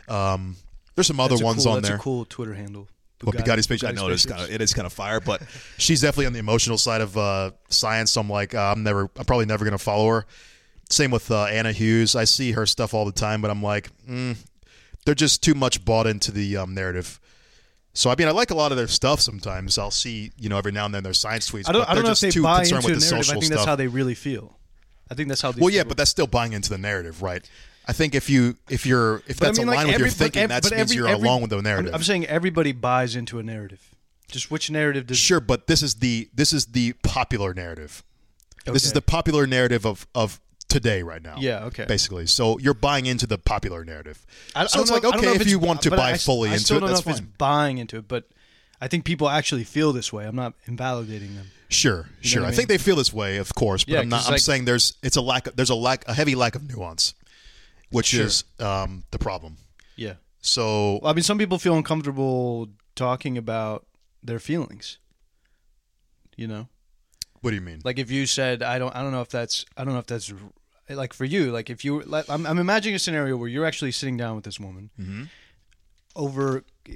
Speaker 1: Um, there's some other
Speaker 2: that's a
Speaker 1: ones
Speaker 2: cool,
Speaker 1: on
Speaker 2: that's
Speaker 1: there.
Speaker 2: a cool Twitter handle.
Speaker 1: Well, Bugatti Space, I
Speaker 2: Bugatti
Speaker 1: know it is
Speaker 2: spaceships.
Speaker 1: kind of it is kind of fire, but she's definitely on the emotional side of uh, science. So I'm like, uh, I'm never, I'm probably never gonna follow her. Same with uh, Anna Hughes. I see her stuff all the time, but I'm like, mm, they're just too much bought into the um, narrative. So I mean, I like a lot of their stuff. Sometimes I'll see, you know, every now and then their science tweets.
Speaker 2: I don't,
Speaker 1: but
Speaker 2: I
Speaker 1: they're
Speaker 2: don't know if
Speaker 1: just
Speaker 2: they
Speaker 1: too
Speaker 2: buy into
Speaker 1: concerned
Speaker 2: a
Speaker 1: with the
Speaker 2: narrative. I
Speaker 1: social
Speaker 2: think
Speaker 1: stuff.
Speaker 2: that's how they really feel. I think that's how. They
Speaker 1: well, yeah,
Speaker 2: feel.
Speaker 1: but that's still buying into the narrative, right? I think if you if you're if
Speaker 2: But I
Speaker 1: that's
Speaker 2: mean, like,
Speaker 1: aligned with your
Speaker 2: every- but
Speaker 1: thinking,
Speaker 2: ev-
Speaker 1: that
Speaker 2: but
Speaker 1: means
Speaker 2: every-
Speaker 1: you're
Speaker 2: every-
Speaker 1: along with the
Speaker 2: I'm-
Speaker 1: narrative.
Speaker 2: I'm, saying everybody buys into a narrative. Just which narrative does
Speaker 1: Sure, but this is the this is the popular narrative. This is
Speaker 2: Okay.
Speaker 1: the popular narrative of of today right now.
Speaker 2: Yeah, okay.
Speaker 1: Basically, so you're buying into the popular narrative.
Speaker 2: I,
Speaker 1: so
Speaker 2: I don't
Speaker 1: it's
Speaker 2: know,
Speaker 1: like
Speaker 2: I don't
Speaker 1: okay
Speaker 2: know
Speaker 1: if,
Speaker 2: it's-
Speaker 1: you want to
Speaker 2: but
Speaker 1: buy
Speaker 2: I,
Speaker 1: fully
Speaker 2: I
Speaker 1: into
Speaker 2: still
Speaker 1: it,
Speaker 2: don't
Speaker 1: that's
Speaker 2: know if
Speaker 1: fine.
Speaker 2: it's buying into it, but I think people actually feel this way. I'm not invalidating them.
Speaker 1: Sure, sure.
Speaker 2: what
Speaker 1: I,
Speaker 2: I
Speaker 1: think they feel this way, of course, but
Speaker 2: Yeah,
Speaker 1: I'm not.
Speaker 2: 'cause,
Speaker 1: I'm
Speaker 2: like-
Speaker 1: saying there's it's a lack. Of, there's a lack, a heavy lack of nuance, which
Speaker 2: Sure.
Speaker 1: is um, the problem.
Speaker 2: Yeah.
Speaker 1: So
Speaker 2: Well, I mean, some people feel uncomfortable talking about their feelings. You know,
Speaker 1: what do you mean?
Speaker 2: like if you said, "I don't, I don't know if that's, I don't know if that's." Like for you, like if you, like, I'm, I'm imagining a scenario where you're actually sitting down with this woman, over uh,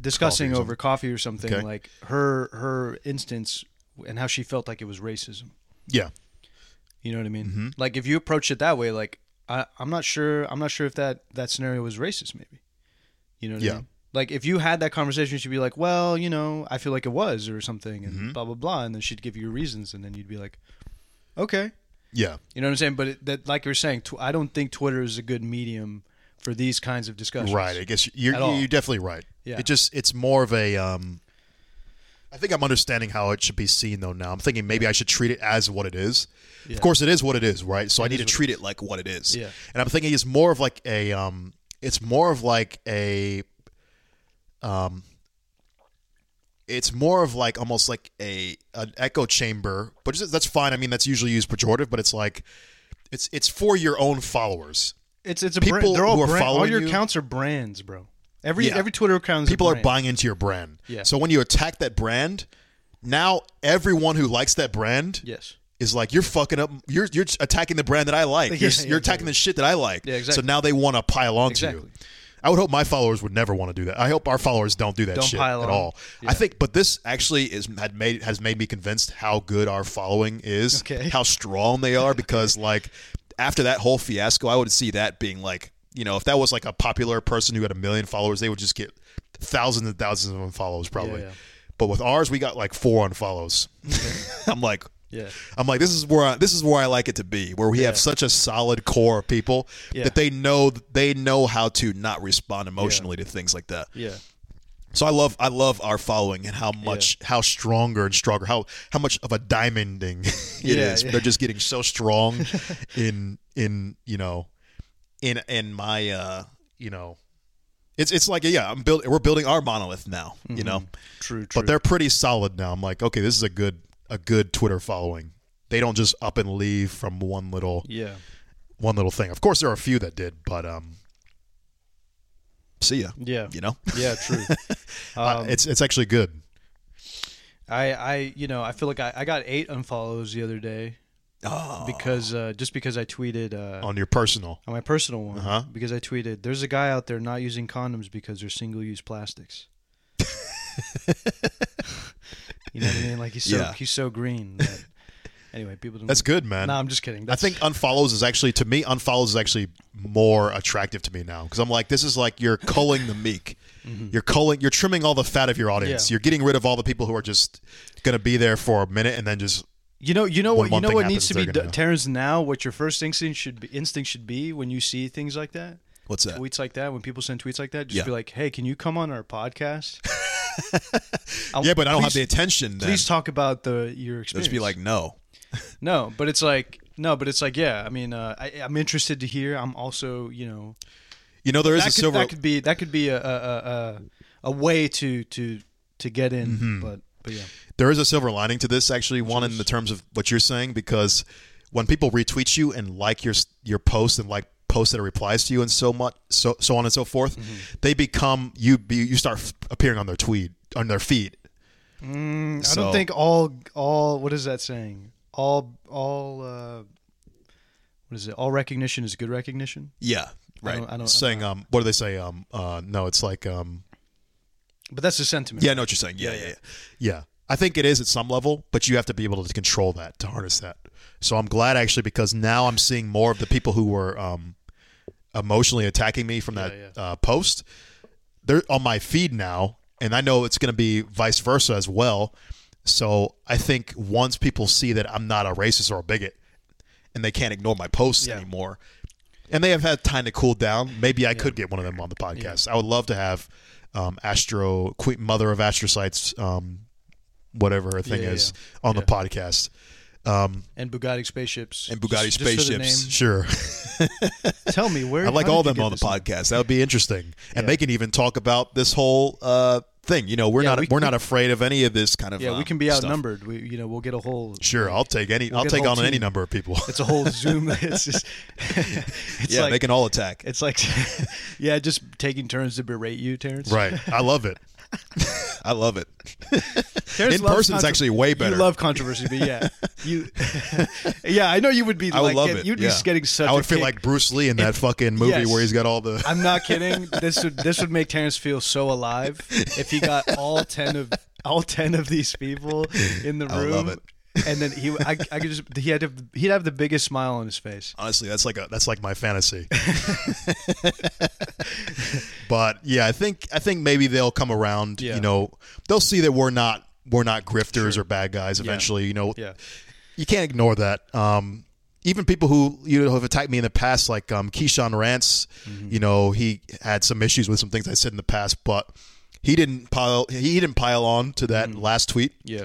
Speaker 2: discussing
Speaker 1: Mm-hmm. Coffee or
Speaker 2: over coffee or something,
Speaker 1: Okay.
Speaker 2: like her her instance and how she felt like it was racism.
Speaker 1: yeah,
Speaker 2: You know what I mean?
Speaker 1: Mm-hmm.
Speaker 2: Like if you approach it that way, like I, I'm not sure, I'm not sure if that that scenario was racist. Maybe, you know what
Speaker 1: Yeah.
Speaker 2: I mean? Like if you had that conversation, she'd be like, "Well, you know, I feel like it was or something,"
Speaker 1: Mm-hmm.
Speaker 2: and blah blah blah, and then she'd give you reasons, and then you'd be like, "Okay."
Speaker 1: yeah.
Speaker 2: You know what I'm saying? But it, that, like you were saying, tw- I don't think Twitter is a good medium for these kinds of discussions.
Speaker 1: Right. I guess you're
Speaker 2: At all.
Speaker 1: you're definitely right.
Speaker 2: Yeah.
Speaker 1: It just it's more of a. Um, I think I'm understanding how it should be seen though. Now I'm thinking maybe I should treat it as what it is.
Speaker 2: Yeah.
Speaker 1: Of course, it is what it is, right? So I need
Speaker 2: is
Speaker 1: to
Speaker 2: what it
Speaker 1: treat it like what it is.
Speaker 2: Yeah.
Speaker 1: And I'm thinking it's more of like a. Um, it's more of like a. Um, it's more of like almost like a an echo chamber, but just, that's fine. I mean, that's usually used pejorative, but it's like, it's it's for your own followers.
Speaker 2: It's it's a
Speaker 1: People
Speaker 2: brand. They're all
Speaker 1: who are
Speaker 2: brand. All
Speaker 1: following
Speaker 2: your
Speaker 1: you-
Speaker 2: accounts are brands, bro. Every
Speaker 1: Yeah.
Speaker 2: every Twitter account is
Speaker 1: people
Speaker 2: a
Speaker 1: are
Speaker 2: brand.
Speaker 1: buying into your brand.
Speaker 2: Yeah.
Speaker 1: So when you attack that brand, now everyone who likes that brand
Speaker 2: Yes.
Speaker 1: is like, you're fucking up. You're you're attacking the brand that I like. you're
Speaker 2: yeah,
Speaker 1: you're attacking the shit that I like.
Speaker 2: Yeah, exactly.
Speaker 1: So now they want to pile onto you.
Speaker 2: Exactly.
Speaker 1: I would hope my followers would never want to do that. I hope our followers don't do that
Speaker 2: Don't
Speaker 1: shit
Speaker 2: pile
Speaker 1: at
Speaker 2: on.
Speaker 1: all.
Speaker 2: Yeah.
Speaker 1: I think, but this actually is had made has made me convinced how good our following is,
Speaker 2: Okay.
Speaker 1: how strong they are. Because like after that whole fiasco, I would see that being like, you know, if that was like a popular person who had a million followers, they would just get thousands and thousands of unfollows probably.
Speaker 2: Yeah, yeah.
Speaker 1: But with ours, we got like four unfollows. I'm like,
Speaker 2: Yeah.
Speaker 1: I'm like, this is where I, this is where I like it to be, where we have such a solid core of people
Speaker 2: Yeah.
Speaker 1: that they know they know how to not respond emotionally to things like that.
Speaker 2: Yeah.
Speaker 1: So I love I love our following and how much how stronger and stronger how how much of a diamonding it
Speaker 2: Yeah,
Speaker 1: is.
Speaker 2: yeah.
Speaker 1: They're just getting so strong in in you know in in my uh you know it's it's like yeah I'm build we're building our monolith now you
Speaker 2: Mm-hmm.
Speaker 1: know
Speaker 2: True. True.
Speaker 1: but they're pretty solid now. I'm like, okay, this is a good a good Twitter following. They don't just up and leave from one little
Speaker 2: yeah.
Speaker 1: one little thing. Of course, there are a few that did, but um, see ya.
Speaker 2: Yeah.
Speaker 1: You know,
Speaker 2: Yeah. True.
Speaker 1: Uh,
Speaker 2: Um,
Speaker 1: it's it's actually good.
Speaker 2: I I you know I feel like I, I got eight unfollows the other day
Speaker 1: Oh,
Speaker 2: because uh, just because I tweeted uh,
Speaker 1: on your personal.
Speaker 2: on my personal one
Speaker 1: Uh-huh.
Speaker 2: because I tweeted there's a guy out there not using condoms because they're single use plastics. you know what I mean? Like he's so
Speaker 1: Yeah.
Speaker 2: he's so green. That, anyway, people don't.
Speaker 1: That's good, man.
Speaker 2: No, I'm just kidding.
Speaker 1: I
Speaker 2: That's,
Speaker 1: think unfollows is actually to me unfollows is actually more attractive to me now because I'm like this is like you're culling the meek, you're culling you're trimming all the fat of your audience.
Speaker 2: Mm-hmm. Yeah.
Speaker 1: You're getting rid of all the people who are just gonna be there for a minute and then just
Speaker 2: You know, you know
Speaker 1: When
Speaker 2: what, you
Speaker 1: one
Speaker 2: know
Speaker 1: thing
Speaker 2: what needs
Speaker 1: happens, they're
Speaker 2: to
Speaker 1: gonna
Speaker 2: be, done,
Speaker 1: know.
Speaker 2: Terrence. Now, what your first instinct should be, instinct should be when you see things like that,
Speaker 1: what's that?
Speaker 2: tweets like that, when people send tweets like that, just
Speaker 1: Yeah.
Speaker 2: be like, "Hey, can you come on our podcast? I'll-
Speaker 1: Yeah, but I don't have
Speaker 2: please-
Speaker 1: the attention. Then.
Speaker 2: Please talk about the your experience.
Speaker 1: just be like no.
Speaker 2: no, but it's like no, but it's like yeah. I mean, uh, I, I'm interested to hear. I'm also, you know,
Speaker 1: You know there is
Speaker 2: that
Speaker 1: a
Speaker 2: could,
Speaker 1: silver.
Speaker 2: that could be that could be a a, a, a, a way to to to get in,
Speaker 1: Mm-hmm.
Speaker 2: but but yeah,
Speaker 1: There is a silver lining to this, actually, one in the terms of what you're saying, because when people retweet you and like your your post and like posts that replies to you and so much, so so on and so forth,
Speaker 2: Mm-hmm.
Speaker 1: they become you. Be, you start f- appearing on their tweet on their feed.
Speaker 2: Mm, I
Speaker 1: So-
Speaker 2: don't think all all what is that saying? All all uh, what is it? All recognition is good recognition.
Speaker 1: Yeah,
Speaker 2: right. don't- I don't-
Speaker 1: saying um, what do they say? Um, uh, no, it's like um,
Speaker 2: But that's the sentiment.
Speaker 1: yeah, I know what you're saying. Yeah, yeah, yeah, yeah. I think it is at some level, but you have to be able to control that to harness that. So I'm glad actually because now I'm seeing more of the people who were um, emotionally attacking me from that
Speaker 2: Yeah,
Speaker 1: Uh, post. They're on my feed now, and I know it's going to be vice versa as well. So I think once people see that I'm not a racist or a bigot, and they can't ignore my posts
Speaker 2: Yeah.
Speaker 1: anymore, and they have had time to cool down, maybe I could get one of them on the podcast. I would love to have um, Astro Queen, Mother of Astrocytes, um, whatever her thing
Speaker 2: Yeah, yeah,
Speaker 1: is, on the podcast.
Speaker 2: And Bugatti spaceships.
Speaker 3: And Bugatti
Speaker 2: Just- just for the
Speaker 3: spaceships.
Speaker 1: Sure.
Speaker 2: name. Tell me where.
Speaker 1: I like
Speaker 2: how
Speaker 1: all of
Speaker 2: did
Speaker 1: them
Speaker 2: you get
Speaker 1: on the
Speaker 2: this name?
Speaker 1: podcast. That would be interesting, and they can even talk about this whole uh, thing. You know, we're
Speaker 2: Yeah,
Speaker 1: not
Speaker 2: we-
Speaker 1: we, are not afraid of any of this kind of.
Speaker 2: Yeah,
Speaker 1: um,
Speaker 2: we can be
Speaker 1: stuff.
Speaker 2: outnumbered. We you know we'll get a whole.
Speaker 1: Sure, I'll take any. I'll
Speaker 2: get a
Speaker 1: take
Speaker 2: whole
Speaker 1: on any
Speaker 2: team.
Speaker 1: number of people.
Speaker 2: It's a whole Zoom. It's just. it's
Speaker 1: yeah,
Speaker 2: like,
Speaker 1: they can all attack.
Speaker 2: It's like, yeah, just taking turns to berate you, Terrence.
Speaker 1: Right, I love it.
Speaker 3: I love it.
Speaker 2: Terrence
Speaker 1: In
Speaker 2: loves
Speaker 1: person's
Speaker 2: contro-
Speaker 1: actually way
Speaker 2: You
Speaker 1: better.
Speaker 2: love controversy, but yeah, you, yeah, I know you would be.
Speaker 3: would
Speaker 2: like,
Speaker 3: love
Speaker 2: get-
Speaker 3: it,
Speaker 2: You'd be
Speaker 3: yeah.
Speaker 2: just getting such.
Speaker 1: I
Speaker 2: a
Speaker 1: would feel
Speaker 2: kick.
Speaker 1: like Bruce Lee in that fucking movie
Speaker 2: yes.
Speaker 1: where he's got all the.
Speaker 2: I'm not kidding. This would this would make Terrence feel so alive if he got all ten of all ten of these people in the room.
Speaker 3: love it.
Speaker 2: And then he, I, I could just he had to, he'd have the biggest smile on his face.
Speaker 1: Honestly, that's like a that's like my fantasy. but yeah, I think I think maybe they'll come around.
Speaker 2: Yeah.
Speaker 1: You know, they'll see that we're not we're not grifters or bad guys. Eventually, you know,
Speaker 2: Yeah,
Speaker 1: you can't ignore that. Um, even people who you know have attacked me in the past, like um, Keyshawn Rance,
Speaker 2: Mm-hmm.
Speaker 1: you know, he had some issues with some things I said in the past, but he didn't pile he didn't pile on to that
Speaker 2: Mm-hmm.
Speaker 1: last tweet.
Speaker 2: yeah,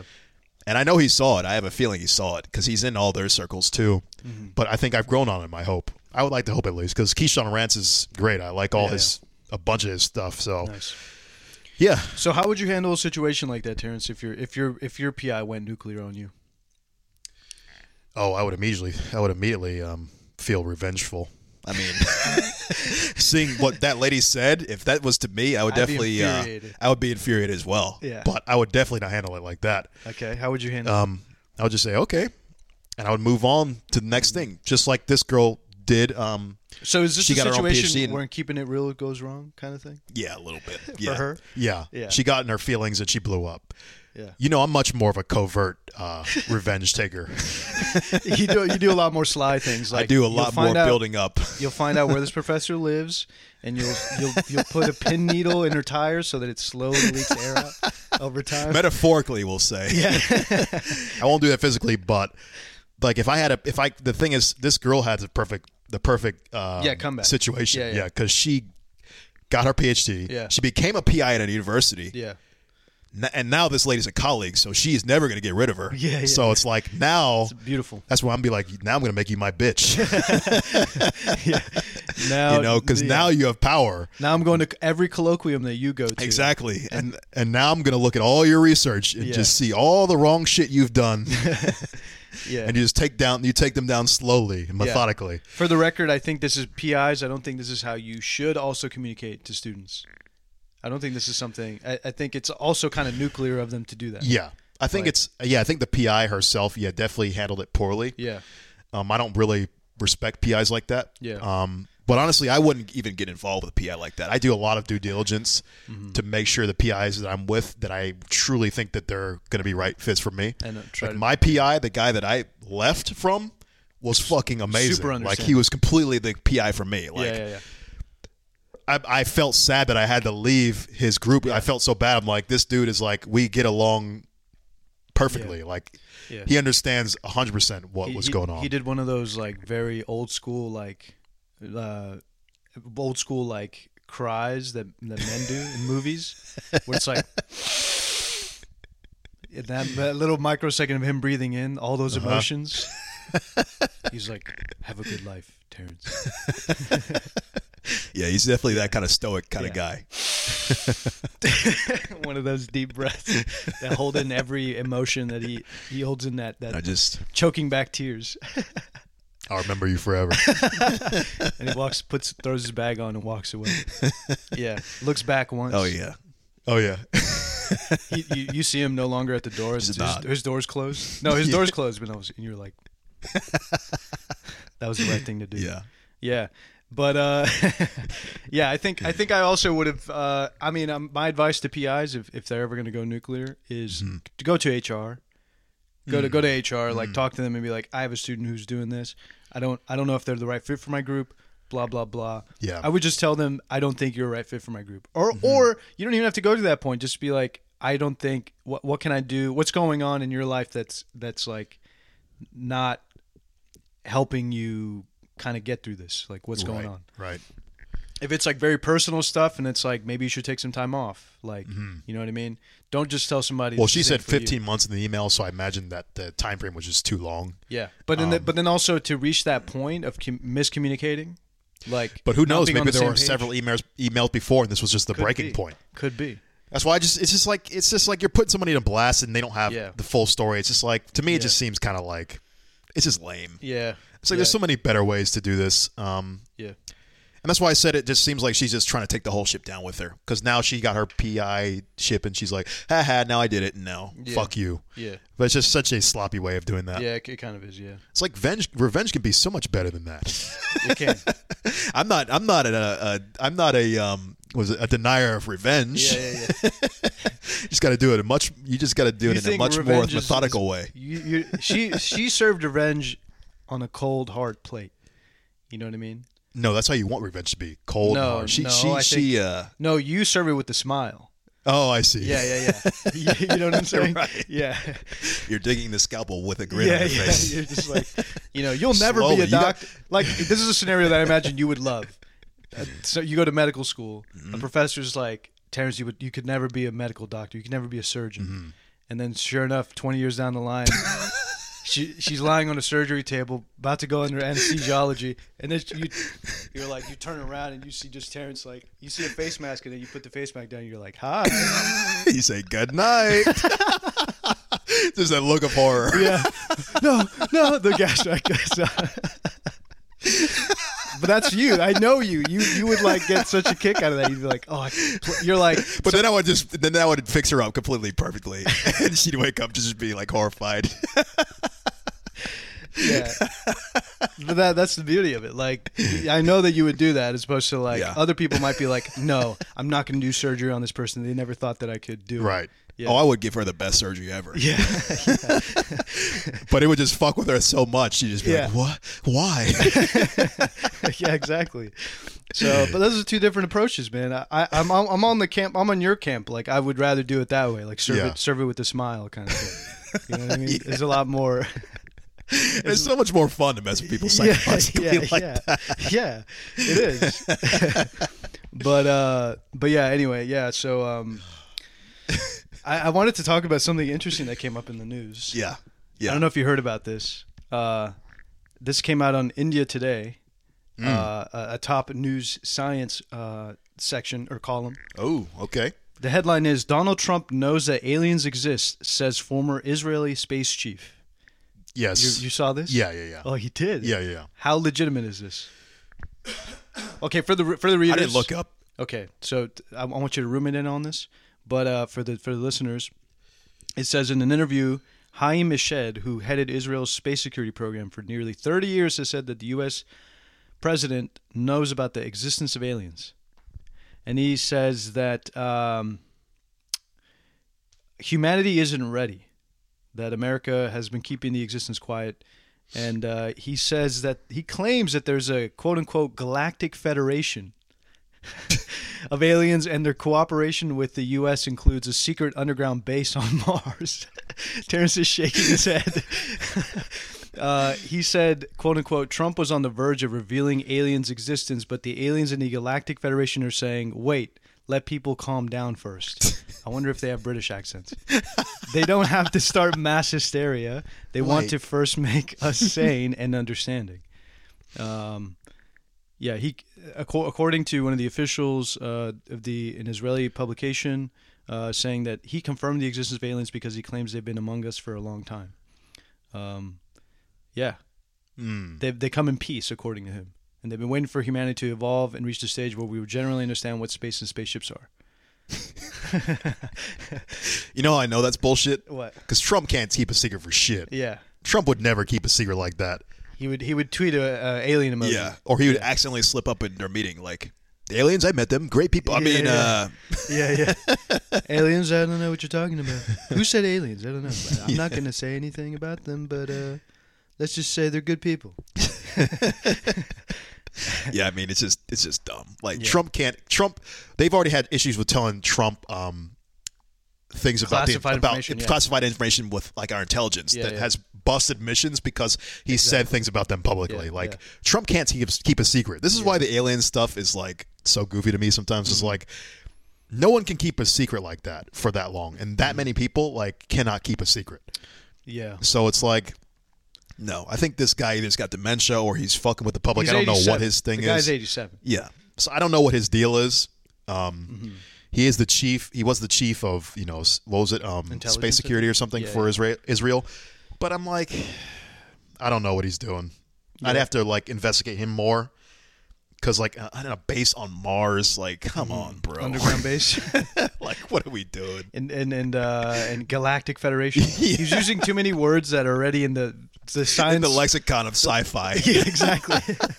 Speaker 1: And I know he saw it. I have a feeling he saw it because he's in all their circles too.
Speaker 2: Mm-hmm.
Speaker 1: But I think I've grown on him. I hope. I would like to hope at least because Keyshawn Rance is great. I like all
Speaker 2: Yeah,
Speaker 1: his a bunch of his stuff. So
Speaker 2: nice.
Speaker 1: yeah,
Speaker 2: So how would you handle a situation like that, Terrence? If your if your if your PI went nuclear on you,
Speaker 1: oh, I would immediately, I would immediately um, feel revengeful.
Speaker 3: I mean,
Speaker 1: Seeing what that lady said, if that was to me, I would
Speaker 2: I'd be
Speaker 1: definitely, uh,
Speaker 2: infuriated.
Speaker 1: I would be infuriated as well.
Speaker 2: Yeah.
Speaker 1: But I would definitely not handle it like that.
Speaker 2: okay, how would you handle?
Speaker 1: um, I would just say okay, and I would move on to the next thing, just like this girl did. Um,
Speaker 2: so is this
Speaker 1: she
Speaker 2: a
Speaker 1: got her own PhD
Speaker 2: situation
Speaker 1: and-
Speaker 2: where keeping it real goes wrong, kind of thing
Speaker 3: yeah, a little bit.
Speaker 2: for
Speaker 3: Yeah.
Speaker 2: her?
Speaker 1: yeah,
Speaker 2: Yeah.
Speaker 1: she got in her feelings and she blew up.
Speaker 2: Yeah,
Speaker 1: You know, I'm much more of a covert uh, revenge taker.
Speaker 2: you do you do a lot more sly things. Like
Speaker 3: I do a
Speaker 2: you'll
Speaker 3: lot more
Speaker 2: find out-
Speaker 3: building up.
Speaker 2: You'll find out where this professor lives, and you'll you'll you'll put a pin needle in her tire so that it slowly leaks air out over time.
Speaker 3: Metaphorically, we'll say.
Speaker 1: I won't do that physically, but like if I had a, if I, the thing is, this girl had the perfect, the perfect, um,
Speaker 2: Yeah, comeback.
Speaker 1: situation.
Speaker 2: Yeah, yeah.
Speaker 1: because she got her PhD.
Speaker 2: Yeah.
Speaker 1: she became a PI at a university.
Speaker 2: yeah,
Speaker 1: N- and now this lady's a colleague, so she's never going to get rid of her.
Speaker 2: Yeah, yeah.
Speaker 1: So it's like now.
Speaker 2: beautiful.
Speaker 1: that's why I'm be like, now I'm gonna make you my bitch,
Speaker 2: Yeah, now
Speaker 1: you know, because
Speaker 2: yeah.
Speaker 1: now you have power.
Speaker 2: now I'm going to every colloquium that you go to.
Speaker 1: Exactly. And and now I'm going to look at all your research and
Speaker 2: Yeah.
Speaker 1: just see all the wrong shit you've done
Speaker 2: Yeah.
Speaker 1: and you just take down you take them down slowly and methodically.
Speaker 2: For the record, I think this is PIs. I don't think this is how you should also communicate to students. I don't think this is something. I, I think it's also kind of nuclear of them to do that.
Speaker 1: Yeah. I think
Speaker 2: Like-
Speaker 1: it's yeah, I think the PI herself yeah definitely handled it poorly.
Speaker 2: Yeah.
Speaker 1: Um I don't really respect PIs like that.
Speaker 2: Yeah.
Speaker 1: Um But honestly, I wouldn't.
Speaker 3: Even get involved with a PI like that.
Speaker 1: I do a lot of due diligence
Speaker 2: Mm-hmm.
Speaker 1: to make sure the PIs that I'm with that I truly think that they're going to be right fits for me.
Speaker 2: And, uh, try
Speaker 1: like
Speaker 2: to-
Speaker 1: my PI, the guy that I left from, was fucking amazing.
Speaker 2: super
Speaker 1: like he
Speaker 2: understanding.
Speaker 1: was completely the PI for me. Like
Speaker 2: yeah, yeah, yeah.
Speaker 1: I, I felt sad that I had to leave his group. I felt so bad. I'm like, this dude is like, we get along perfectly. Like,
Speaker 2: Yeah.
Speaker 1: he understands 100% what
Speaker 2: He-
Speaker 1: was
Speaker 2: he-
Speaker 1: going on.
Speaker 2: He did one of those like very old school like uh, old school like cries that that men do in movies, where it's like. in That, that little microsecond of him breathing in all those emotions, he's like, "Have a good life, Terrence."
Speaker 3: yeah, he's definitely that kind of stoic kind
Speaker 2: Yeah.
Speaker 3: of guy.
Speaker 2: One of those deep breaths that hold in every emotion that he he holds in that that
Speaker 3: I just
Speaker 2: choking back tears,
Speaker 1: I'll remember you forever.
Speaker 2: and he walks, puts, throws his bag on, and walks away. Yeah, looks back once.
Speaker 3: oh yeah,
Speaker 1: oh, yeah.
Speaker 2: he, you, you see him no longer at the door. His, his,
Speaker 3: nod.
Speaker 2: his door's closed. No, his door's closed. But I was, and you were like, that was the right thing to do.
Speaker 3: yeah.
Speaker 2: yeah. But uh, yeah, I think I think I also would have. Uh, I mean, um, my advice to PIs if, if they're ever going to go nuclear is to go to HR, go to go to HR, like talk to them and be like, I have a student who's doing this. I don't I don't know if they're the right fit for my group. Blah blah blah.
Speaker 1: Yeah.
Speaker 2: I would just tell them I don't think you're a right fit for my group, or or you don't even have to go to that point. Just be like, I don't think what what can I do? What's going on in your life that's that's like not helping you kind of get through this? Like what's going on?
Speaker 1: Right.
Speaker 2: if it's like very personal stuff and it's like maybe you should take some time off like you know what i mean don't just tell somebody
Speaker 1: Mm-hmm. Well,
Speaker 2: this
Speaker 1: she
Speaker 2: is it
Speaker 1: said
Speaker 2: for you.
Speaker 1: 15 months in the email, so I imagine that the time frame was just too long.
Speaker 2: yeah but then
Speaker 1: Um,
Speaker 2: the, but then also to reach that point of com- miscommunicating like
Speaker 1: But who
Speaker 2: not
Speaker 1: knows?
Speaker 2: being on
Speaker 1: Maybe there
Speaker 2: the same
Speaker 1: were
Speaker 2: page.
Speaker 1: several emails emailed before, and this was just the
Speaker 2: Could
Speaker 1: breaking
Speaker 2: be.
Speaker 1: point.
Speaker 2: could be
Speaker 1: That's why I just it's just like it's just like you're putting somebody in a blast and they don't have
Speaker 2: Yeah.
Speaker 1: the full story. It's just like to me, it
Speaker 2: Yeah.
Speaker 1: just seems kind of like it's just lame.
Speaker 2: yeah
Speaker 1: It's like
Speaker 2: yeah.
Speaker 1: there's so many better ways to do this. Um,
Speaker 2: yeah
Speaker 1: And that's why I said it just seems like she's just trying to take the whole ship down with her because now she got her PI ship and she's like, ha ha, now I did it. No,
Speaker 2: Yeah.
Speaker 1: fuck you.
Speaker 2: yeah
Speaker 1: But it's just such a sloppy way of doing that.
Speaker 2: yeah it, it kind of is yeah
Speaker 1: It's like venge, revenge can be so much better than that.
Speaker 2: it can
Speaker 1: I'm not. I'm not a. a I'm not a. Um, was it a denier of revenge.
Speaker 2: yeah yeah yeah
Speaker 1: You just got to do it in much. You just got to do
Speaker 2: You
Speaker 1: it in a
Speaker 2: think
Speaker 1: much more
Speaker 2: revenge is-
Speaker 1: methodical way.
Speaker 2: you, you, she she served revenge on a cold hard plate you know what i mean
Speaker 1: No, that's how you want revenge to be cold. and
Speaker 2: No,
Speaker 1: hard. She,
Speaker 2: no,
Speaker 1: she,
Speaker 2: I
Speaker 1: she.
Speaker 2: think-
Speaker 3: uh,
Speaker 2: no you serve it with a smile
Speaker 1: Oh, I see.
Speaker 2: yeah yeah yeah you, you know what i'm saying
Speaker 3: Right.
Speaker 2: yeah
Speaker 3: you're digging the scalpel with a grin on your face.
Speaker 2: You're just like, you know, you'll never be
Speaker 1: Slowly,
Speaker 2: a
Speaker 1: you got-
Speaker 2: doctor. Like, this is a scenario that I imagine you would love. Uh, so you go to medical school. The professor's like, Terrence, you would, you could never be a medical doctor. You could never be a surgeon. And then, sure enough, 20 years down the line. She, she's lying on a surgery table, about to go under anesthesiology, and then you, you're like, you turn around and you see just Terrence, like, you see a face mask, and then you put the face mask down, and you're like, hi,
Speaker 1: you say good night. There's that look of horror.
Speaker 2: yeah. No, no, the gas back goes on. But that's you. I know you. You you would like get such a kick out of that. You'd be like, oh, I can pl-" you're like,
Speaker 3: But then I would just then I would fix her up completely perfectly, and she'd wake up to just be like horrified.
Speaker 2: yeah. But that that's the beauty of it. Like, I know that you would do that as opposed to like
Speaker 3: Yeah.
Speaker 2: other people might be like, no, I'm not going to do surgery on this person. They never thought that I could do. it."
Speaker 1: Right.
Speaker 2: Yeah.
Speaker 3: Oh, I would give her the best surgery ever.
Speaker 2: yeah.
Speaker 1: But it would just fuck with her so much. She'd just be
Speaker 2: Yeah.
Speaker 1: like, what? Why?
Speaker 2: yeah, exactly. So, but those are two different approaches, man. I, I I'm on- I'm on the camp. I'm on your camp. Like I would rather do it that way, like serve
Speaker 1: Yeah.
Speaker 2: it serve it with a smile, kind of thing. You know what I mean? There's a lot more.
Speaker 3: It's so much more fun to mess with people
Speaker 2: yeah,
Speaker 3: psychologically
Speaker 2: yeah,
Speaker 3: like
Speaker 2: yeah,
Speaker 3: that.
Speaker 2: yeah. It is. but uh, but yeah. Anyway, yeah. So um, I, I wanted to talk about something interesting that came up in the news.
Speaker 3: Yeah. Yeah.
Speaker 2: I don't know if you heard about this. Uh, this came out on India Today,
Speaker 3: Mm.
Speaker 2: uh, a, a top news science uh, section or column.
Speaker 1: oh, okay.
Speaker 2: The headline is Donald Trump knows that aliens exist, says former Israeli space chief. You,
Speaker 1: Yes.
Speaker 2: you saw this?
Speaker 1: yeah, yeah, yeah.
Speaker 2: Oh, he did.
Speaker 1: yeah, yeah, yeah.
Speaker 2: How legitimate is this? Okay, for the for the readers,
Speaker 3: I didn't look up.
Speaker 2: Okay, so t- I I want you to ruminate in on this, but uh, for the for the listeners, it says in an interview, Haim Eshed, who headed Israel's space security program for nearly 30 years, has said that the U.S. president knows about the existence of aliens, and he says that um, humanity isn't ready, that America has been keeping the existence quiet. And uh, he says that he claims that there's a quote unquote galactic federation of aliens, and their cooperation with the U.S. includes a secret underground base on Mars. Terrence is shaking his head. Uh, he said, quote unquote, Trump was on the verge of revealing aliens' existence, but the aliens in the Galactic Federation are saying, wait, let people calm down first. I wonder if they have British accents. they don't have to start mass hysteria. They want
Speaker 3: Wait.
Speaker 2: to first make us sane and understanding. Um, yeah, he acco- according to one of the officials uh, of the an Israeli publication uh, saying that he confirmed the existence of aliens because he claims they've been among us for a long time. Um, yeah,
Speaker 1: Mm.
Speaker 2: they they come in peace according to him, and they've been waiting for humanity to evolve and reach the stage where we would generally understand what space and spaceships are.
Speaker 1: You know, how I know that's bullshit
Speaker 2: What?
Speaker 1: because Trump can't keep a secret for shit.
Speaker 2: Yeah,
Speaker 1: Trump would never keep a secret like that.
Speaker 2: he would he would tweet a, a alien emoji.
Speaker 3: Yeah, or he would accidentally slip up in their meeting, like the aliens. I met them, great people. I
Speaker 2: Yeah,
Speaker 3: mean,
Speaker 2: yeah.
Speaker 3: uh,
Speaker 2: yeah, yeah. aliens, I don't know what you're talking about. Who said aliens? I don't know. I'm not going to say anything about them, but uh, let's just say they're good people.
Speaker 3: yeah, I mean, it's just it's just dumb. Like, Trump,
Speaker 1: Trump can't. Trump. They've already had issues with telling Trump um, things about
Speaker 2: Classified
Speaker 1: the, about
Speaker 2: information, yeah.
Speaker 1: classified information with like our intelligence
Speaker 2: Yeah,
Speaker 1: that
Speaker 2: yeah.
Speaker 1: has busted missions because he said things about them publicly.
Speaker 2: Yeah,
Speaker 1: like
Speaker 2: yeah.
Speaker 1: Trump can't keep keep a secret. This is why the alien stuff is like so goofy to me sometimes.
Speaker 2: Mm-hmm.
Speaker 1: It's like. No one can keep a secret like that for that long, and
Speaker 2: Mm-hmm.
Speaker 1: that many people like cannot keep a secret.
Speaker 2: Yeah.
Speaker 1: So it's like
Speaker 3: no,
Speaker 1: I
Speaker 3: I think
Speaker 1: think this guy either's got dementia or he's fucking with the public.
Speaker 2: He's
Speaker 1: I don't know what
Speaker 2: 87.
Speaker 1: his thing
Speaker 2: the
Speaker 1: is.
Speaker 2: guy's 87.
Speaker 3: yeah,
Speaker 1: So I don't know what his deal is. Um,
Speaker 2: Mm-hmm.
Speaker 1: He is the chief. He was the chief of you know s- what was it um, space
Speaker 2: Intelligence,
Speaker 1: security or something
Speaker 2: Yeah,
Speaker 1: for
Speaker 2: yeah.
Speaker 1: Israel. Israel, but I'm like, I don't know what he's doing. I'd have to like investigate him more because like I don't know, base on Mars. Like, come
Speaker 2: Mm-hmm.
Speaker 1: on, bro.
Speaker 2: Underground base
Speaker 1: like, what are we doing?
Speaker 2: and and and, uh, and Galactic Federation. He's using too many words that are already in the the science.
Speaker 3: in the lexicon of sci-fi.
Speaker 2: yeah, exactly.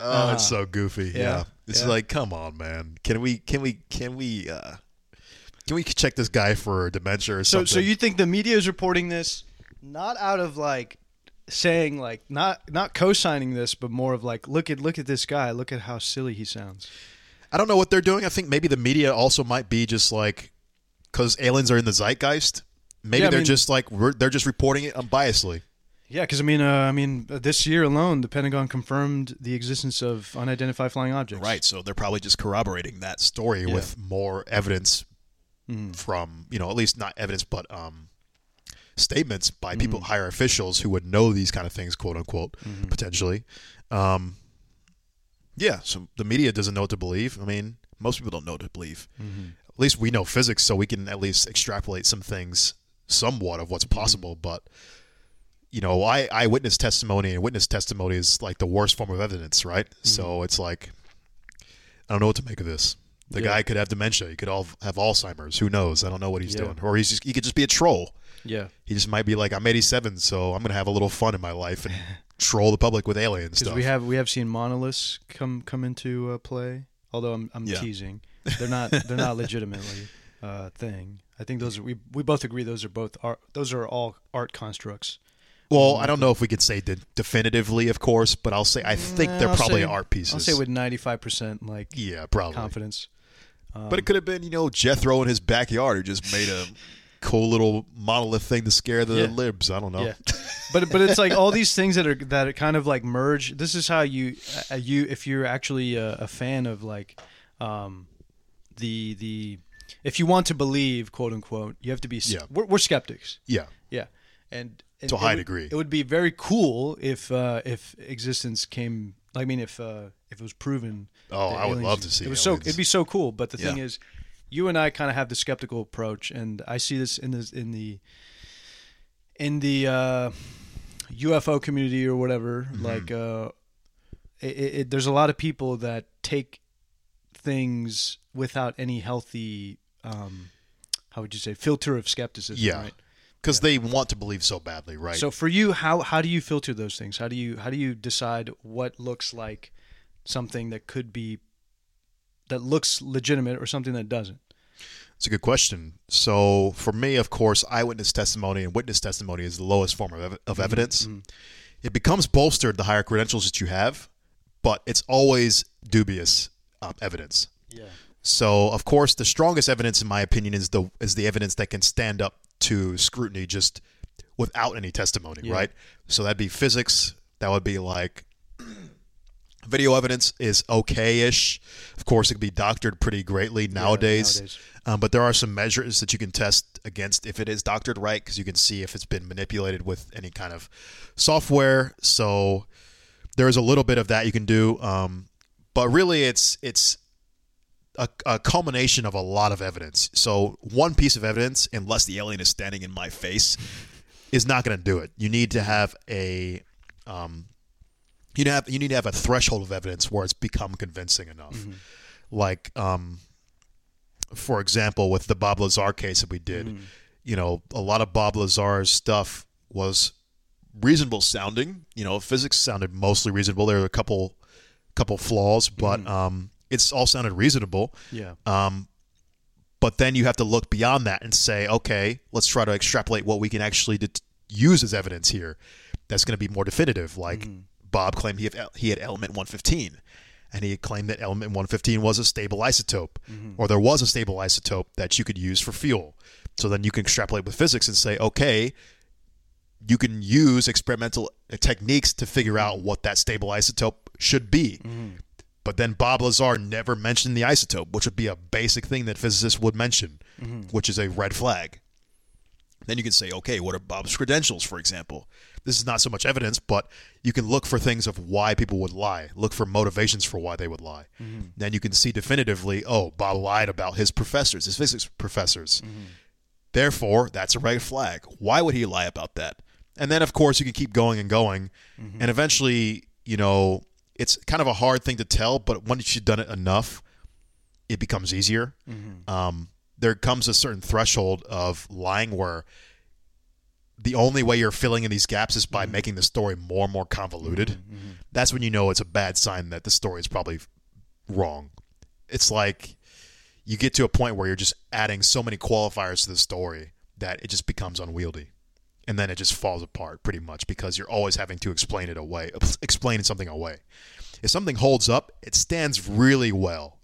Speaker 1: Oh, it's so goofy. Yeah, it's
Speaker 2: yeah.
Speaker 1: like, come on, man. Can we? Can we? Can we? uh Can we check this guy for dementia or
Speaker 2: So
Speaker 1: something?
Speaker 2: so you think the media is reporting this not out of like saying like not not co-signing this, but more of like look at look at this guy, look at how silly he sounds.
Speaker 1: I don't know what they're doing. I think maybe the media also might be just like because aliens are in the zeitgeist. Maybe
Speaker 2: Yeah, I
Speaker 1: they're
Speaker 2: mean-
Speaker 1: just like we're, they're just reporting it unbiasedly.
Speaker 2: Yeah, because I mean, uh, I mean, uh, this year alone, the Pentagon confirmed the existence of unidentified flying objects.
Speaker 3: Right, so they're probably just corroborating that.
Speaker 1: That story with more evidence from you know at least not evidence but um, statements by people higher officials who would know these kind of things, quote unquote, potentially. Um, yeah, so the media doesn't know what to believe. I mean,
Speaker 3: Most people don't know what to believe.
Speaker 2: Mm-hmm.
Speaker 1: at least we know physics, so we can at least extrapolate some things somewhat of what's
Speaker 2: Mm-hmm.
Speaker 1: possible. But you know, I eyewitness testimony and witness testimony is like the worst form of evidence, right?
Speaker 2: Mm-hmm.
Speaker 1: So it's like I don't know what to make of this. The
Speaker 2: Yeah.
Speaker 1: guy could have dementia. He could all have Alzheimer's. Who knows? I don't know what he's
Speaker 2: Yeah.
Speaker 1: doing. Or he's just, he could just be a troll.
Speaker 2: Yeah.
Speaker 1: He just might be like, I'm 87, so I'm gonna have a little fun in my life and troll the public with alien
Speaker 2: Because
Speaker 1: stuff.
Speaker 2: we have we have seen monoliths come come into uh, play. Although I'm I'm
Speaker 3: Yeah.
Speaker 2: teasing, they're not they're not legitimately uh, thing. I think those are, we we both agree those are both art those are all art constructs.
Speaker 1: well,
Speaker 2: Mm.
Speaker 1: I don't know if we could say de- definitively, of course, but I'll say I think
Speaker 2: Nah,
Speaker 1: they're
Speaker 2: Mm, I'll
Speaker 1: probably
Speaker 2: say-
Speaker 1: art pieces.
Speaker 2: I'll say with 95 percent like
Speaker 1: yeah, probably.
Speaker 2: confidence. um,
Speaker 3: but it could have been, you know, Jethro in his backyard who just made a.
Speaker 1: cool little monolith thing to scare the
Speaker 2: Yeah.
Speaker 1: libs. I don't know.
Speaker 2: Yeah, but but it's like all these things that are that are kind of like merge. This is how you uh, you if you're actually a, a fan of like um, the the if you want to believe quote unquote, you have to be. s-
Speaker 1: Yeah.
Speaker 2: We're, we're skeptics.
Speaker 1: Yeah.
Speaker 2: Yeah, and, and
Speaker 1: To a high
Speaker 2: it would-
Speaker 1: degree.
Speaker 2: it would be very cool if uh, if existence came. I mean, if uh, if it was proven.
Speaker 1: Oh,
Speaker 2: that
Speaker 1: I would
Speaker 2: aliens-
Speaker 1: love to see
Speaker 2: It was so.
Speaker 1: aliens.
Speaker 2: It'd be so cool. But the thing
Speaker 3: Yeah.
Speaker 2: is, you and I kind of have the skeptical approach, and I see this in this in the in the uh, UFO community or whatever.
Speaker 1: Mm-hmm.
Speaker 2: Like, uh, it, it, it- there's a lot of people that take things without any healthy, um, how would you say, filter of skepticism.
Speaker 1: Yeah.
Speaker 2: Right?
Speaker 1: because they want to believe so badly, right?
Speaker 2: So for you, how how do you filter those things? How do you how do you decide what looks like something that could be that looks legitimate or something that doesn't?
Speaker 1: It's a good question. So, for me, of course, eyewitness testimony and witness testimony is the lowest form of, ev-
Speaker 2: Mm-hmm.
Speaker 1: of evidence. It becomes bolstered the higher credentials that you have, but it's always dubious uh, evidence.
Speaker 2: Yeah.
Speaker 1: So, of course, the strongest evidence, in my opinion, is the is the evidence that can stand up to scrutiny just without any testimony, right? So that'd be physics. That would be like video evidence is okay-ish. Of course, it could be doctored pretty greatly nowadays.
Speaker 2: nowadays.
Speaker 1: Um, but there are some measures that you can test against if it is doctored right, because you can see if it's been manipulated with any kind of software. So there is a little bit of that you can do, um, but really, it's it's a, a culmination of a lot of evidence. So one piece of evidence, unless the alien is standing in my face, is not going to do it. You need to have a um, you need to have you need to have a threshold of evidence where it's become convincing enough. Like, um, for example, with the Bob Lazar case that we did, you know, a lot of Bob Lazar's stuff was reasonable sounding. You know, physics sounded mostly reasonable. There were a couple couple flaws, but um, it's all sounded reasonable.
Speaker 2: Yeah.
Speaker 1: Um, but then you have to look beyond that and say, okay, let's try to extrapolate what we can actually det- use as evidence here. That's going to be more definitive. Like Bob claimed he had, he had element 115, and he claimed that element 115 was a stable isotope, or there was a stable isotope that you could use for fuel. So then you can extrapolate with physics and say, okay, you can use experimental uh, techniques to figure out what that stable isotope should be. But then Bob Lazar never mentioned the isotope, which would be a basic thing that physicists would mention, which is a red flag. Then you can say, okay, what are Bob's credentials, for example? This is not so much evidence, but you can look for things of why people would lie, look for motivations for why they would lie. Then you can see definitively, oh, Bob lied about his professors, his physics professors. Therefore, that's a red flag. Why would he lie about that? And then, of course, you can keep going and going. And eventually, you know, it's kind of a hard thing to tell, but once you've done it enough, it becomes easier. Um, there comes a certain threshold of lying where the only way you're filling in these gaps is by making the story more and more convoluted. That's when you know it's a bad sign that the story is probably wrong. It's like you get to a point where you're just adding so many qualifiers to the story that it just becomes unwieldy. And then it just falls apart pretty much because you're always having to explain it away, explain something away. If something holds up, it stands really well.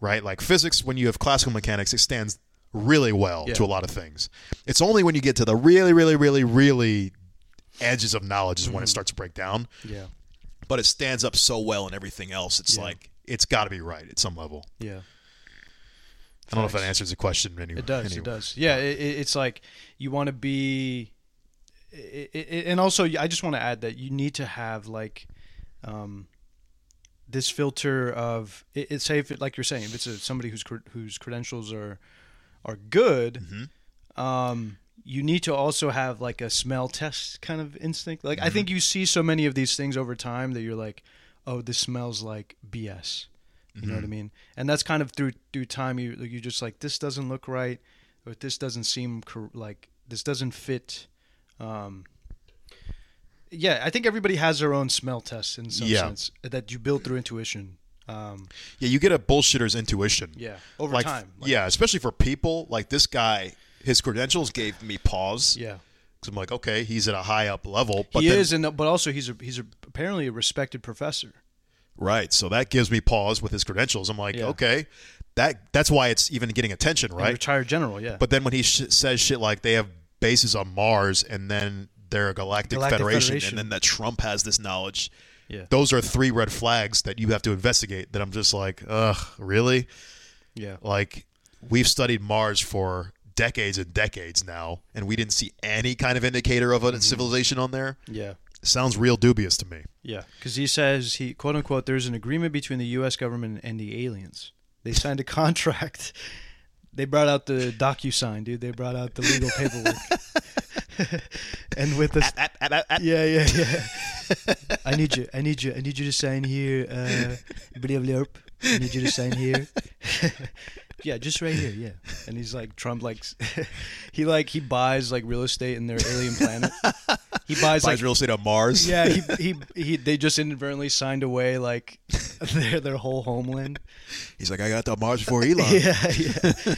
Speaker 1: Right? Like physics, when you have classical mechanics, it stands really well
Speaker 2: Yeah.
Speaker 1: to a lot of things. It's only when you get to the really, really, really, really edges of knowledge is when
Speaker 2: Mm-hmm.
Speaker 1: it starts to break down.
Speaker 2: Yeah.
Speaker 1: But it stands up so well in everything else. It's
Speaker 2: Yeah.
Speaker 1: like, it's got to be right at some level.
Speaker 2: Yeah.
Speaker 1: I don't know if that
Speaker 2: Facts.
Speaker 1: answers the question. Anyway,
Speaker 2: It does.
Speaker 1: Anyway.
Speaker 2: It does. Yeah. It, it- it's like you want to be, i i i- and also I just want to add that you need to have like, um, this filter of it, it's say if it, like you're saying if it's a, somebody whose cre- whose credentials are are good,
Speaker 1: Mm-hmm.
Speaker 2: um, you need to also have like a smell test kind of instinct. Like
Speaker 1: Mm-hmm.
Speaker 2: I think you see so many of these things over time that you're like, oh, this smells like BS. You know what I
Speaker 1: Mm-hmm.
Speaker 2: mean? And that's kind of through through time. You you just like this doesn't look right, or this doesn't seem cor- like this doesn't fit. Um, yeah, I think everybody has their own smell test in some
Speaker 1: Yeah.
Speaker 2: sense that you build through intuition. Um,
Speaker 1: Yeah, you get a bullshitter's intuition.
Speaker 2: yeah, over
Speaker 1: like,
Speaker 2: time. Like,
Speaker 1: yeah, especially for people like this guy. His credentials gave me pause.
Speaker 2: yeah.
Speaker 1: 'Cause I'm like, okay, he's at a high up level. But
Speaker 2: he
Speaker 1: then,
Speaker 2: is, and but also he's a he's a, apparently a respected professor.
Speaker 1: right, so that gives me pause with his credentials. I'm like,
Speaker 2: Yeah.
Speaker 1: okay, that that's why it's even getting attention,
Speaker 2: Right.
Speaker 1: right?
Speaker 2: Retired general, yeah.
Speaker 1: But then when he sh- says shit like they have bases on Mars and then they're a galactic,
Speaker 2: Galactic
Speaker 1: federation,
Speaker 2: Federation.
Speaker 1: and then that Trump has this knowledge.
Speaker 2: Yeah.
Speaker 1: Those are three red flags that you have to investigate. That I'm just like, ugh, really?
Speaker 2: yeah.
Speaker 1: Like we've studied Mars for decades and decades now, and we didn't see any kind of indicator of a
Speaker 2: Mm-hmm.
Speaker 1: civilization on there.
Speaker 2: Yeah.
Speaker 1: Sounds real dubious to me.
Speaker 2: Yeah. Cuz he says he quote unquote there's an agreement between the US government and the aliens. They signed a contract. They brought out the DocuSign, dude. They brought out the legal paperwork. and with this Yeah, yeah, yeah. I need you. I need you. I need you to sign here. Uh, blah, blah, blah. I need you to sign here. yeah, just right here. Yeah. and he's like Trump, like he like he buys like real estate in their alien planet. He buys,
Speaker 3: Buys
Speaker 2: like
Speaker 3: real estate on Mars.
Speaker 2: yeah, he, he he they just inadvertently signed away like their their whole homeland.
Speaker 3: He's like, I got to Mars before Elon.
Speaker 2: Yeah, yeah.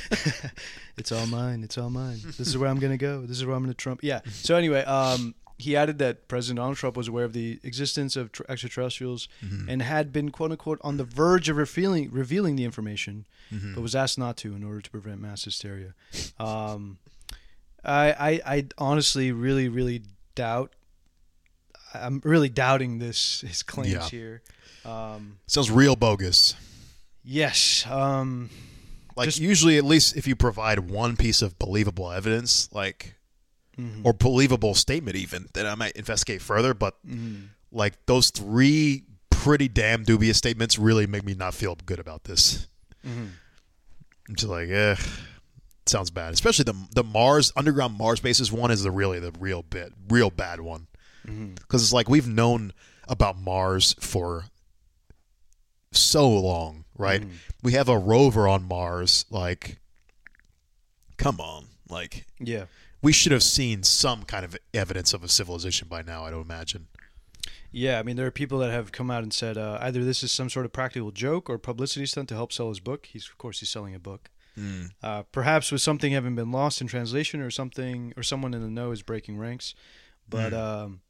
Speaker 2: it's all mine. It's all mine. This is where I'm gonna go. This is where I'm gonna Trump. Yeah. So anyway, um, he added that President Donald Trump was aware of the existence of tr- extraterrestrials and had been quote unquote on the verge of revealing revealing the information, but was asked not to in order to prevent mass hysteria. Um, I, I I honestly really really doubt. I'm really doubting this his claims
Speaker 1: Yeah.
Speaker 2: here. Um,
Speaker 1: Sounds real bogus.
Speaker 2: yes. Um,
Speaker 1: Like
Speaker 2: Just-
Speaker 1: usually, at least if you provide one piece of believable evidence, like or believable statement, even then I might investigate further. But like those three pretty damn dubious statements really make me not feel good about this. I'm just like, eh, sounds bad. Especially the the Mars underground Mars bases one is the really the real bit, real bad one, because it's like we've known about Mars for so long, right?
Speaker 2: Mm.
Speaker 1: We have a rover on Mars. Like,
Speaker 3: Come on. Like,
Speaker 2: yeah.
Speaker 1: we should have seen some kind of evidence of a civilization by now. I don't imagine.
Speaker 2: Yeah, I mean, there are people that have come out and said uh, either this is some sort of practical joke or publicity stunt to help sell his book. He's, of course, he's selling a book. Uh, perhaps with something having been lost in translation, or something, or someone in the know is breaking ranks. But um,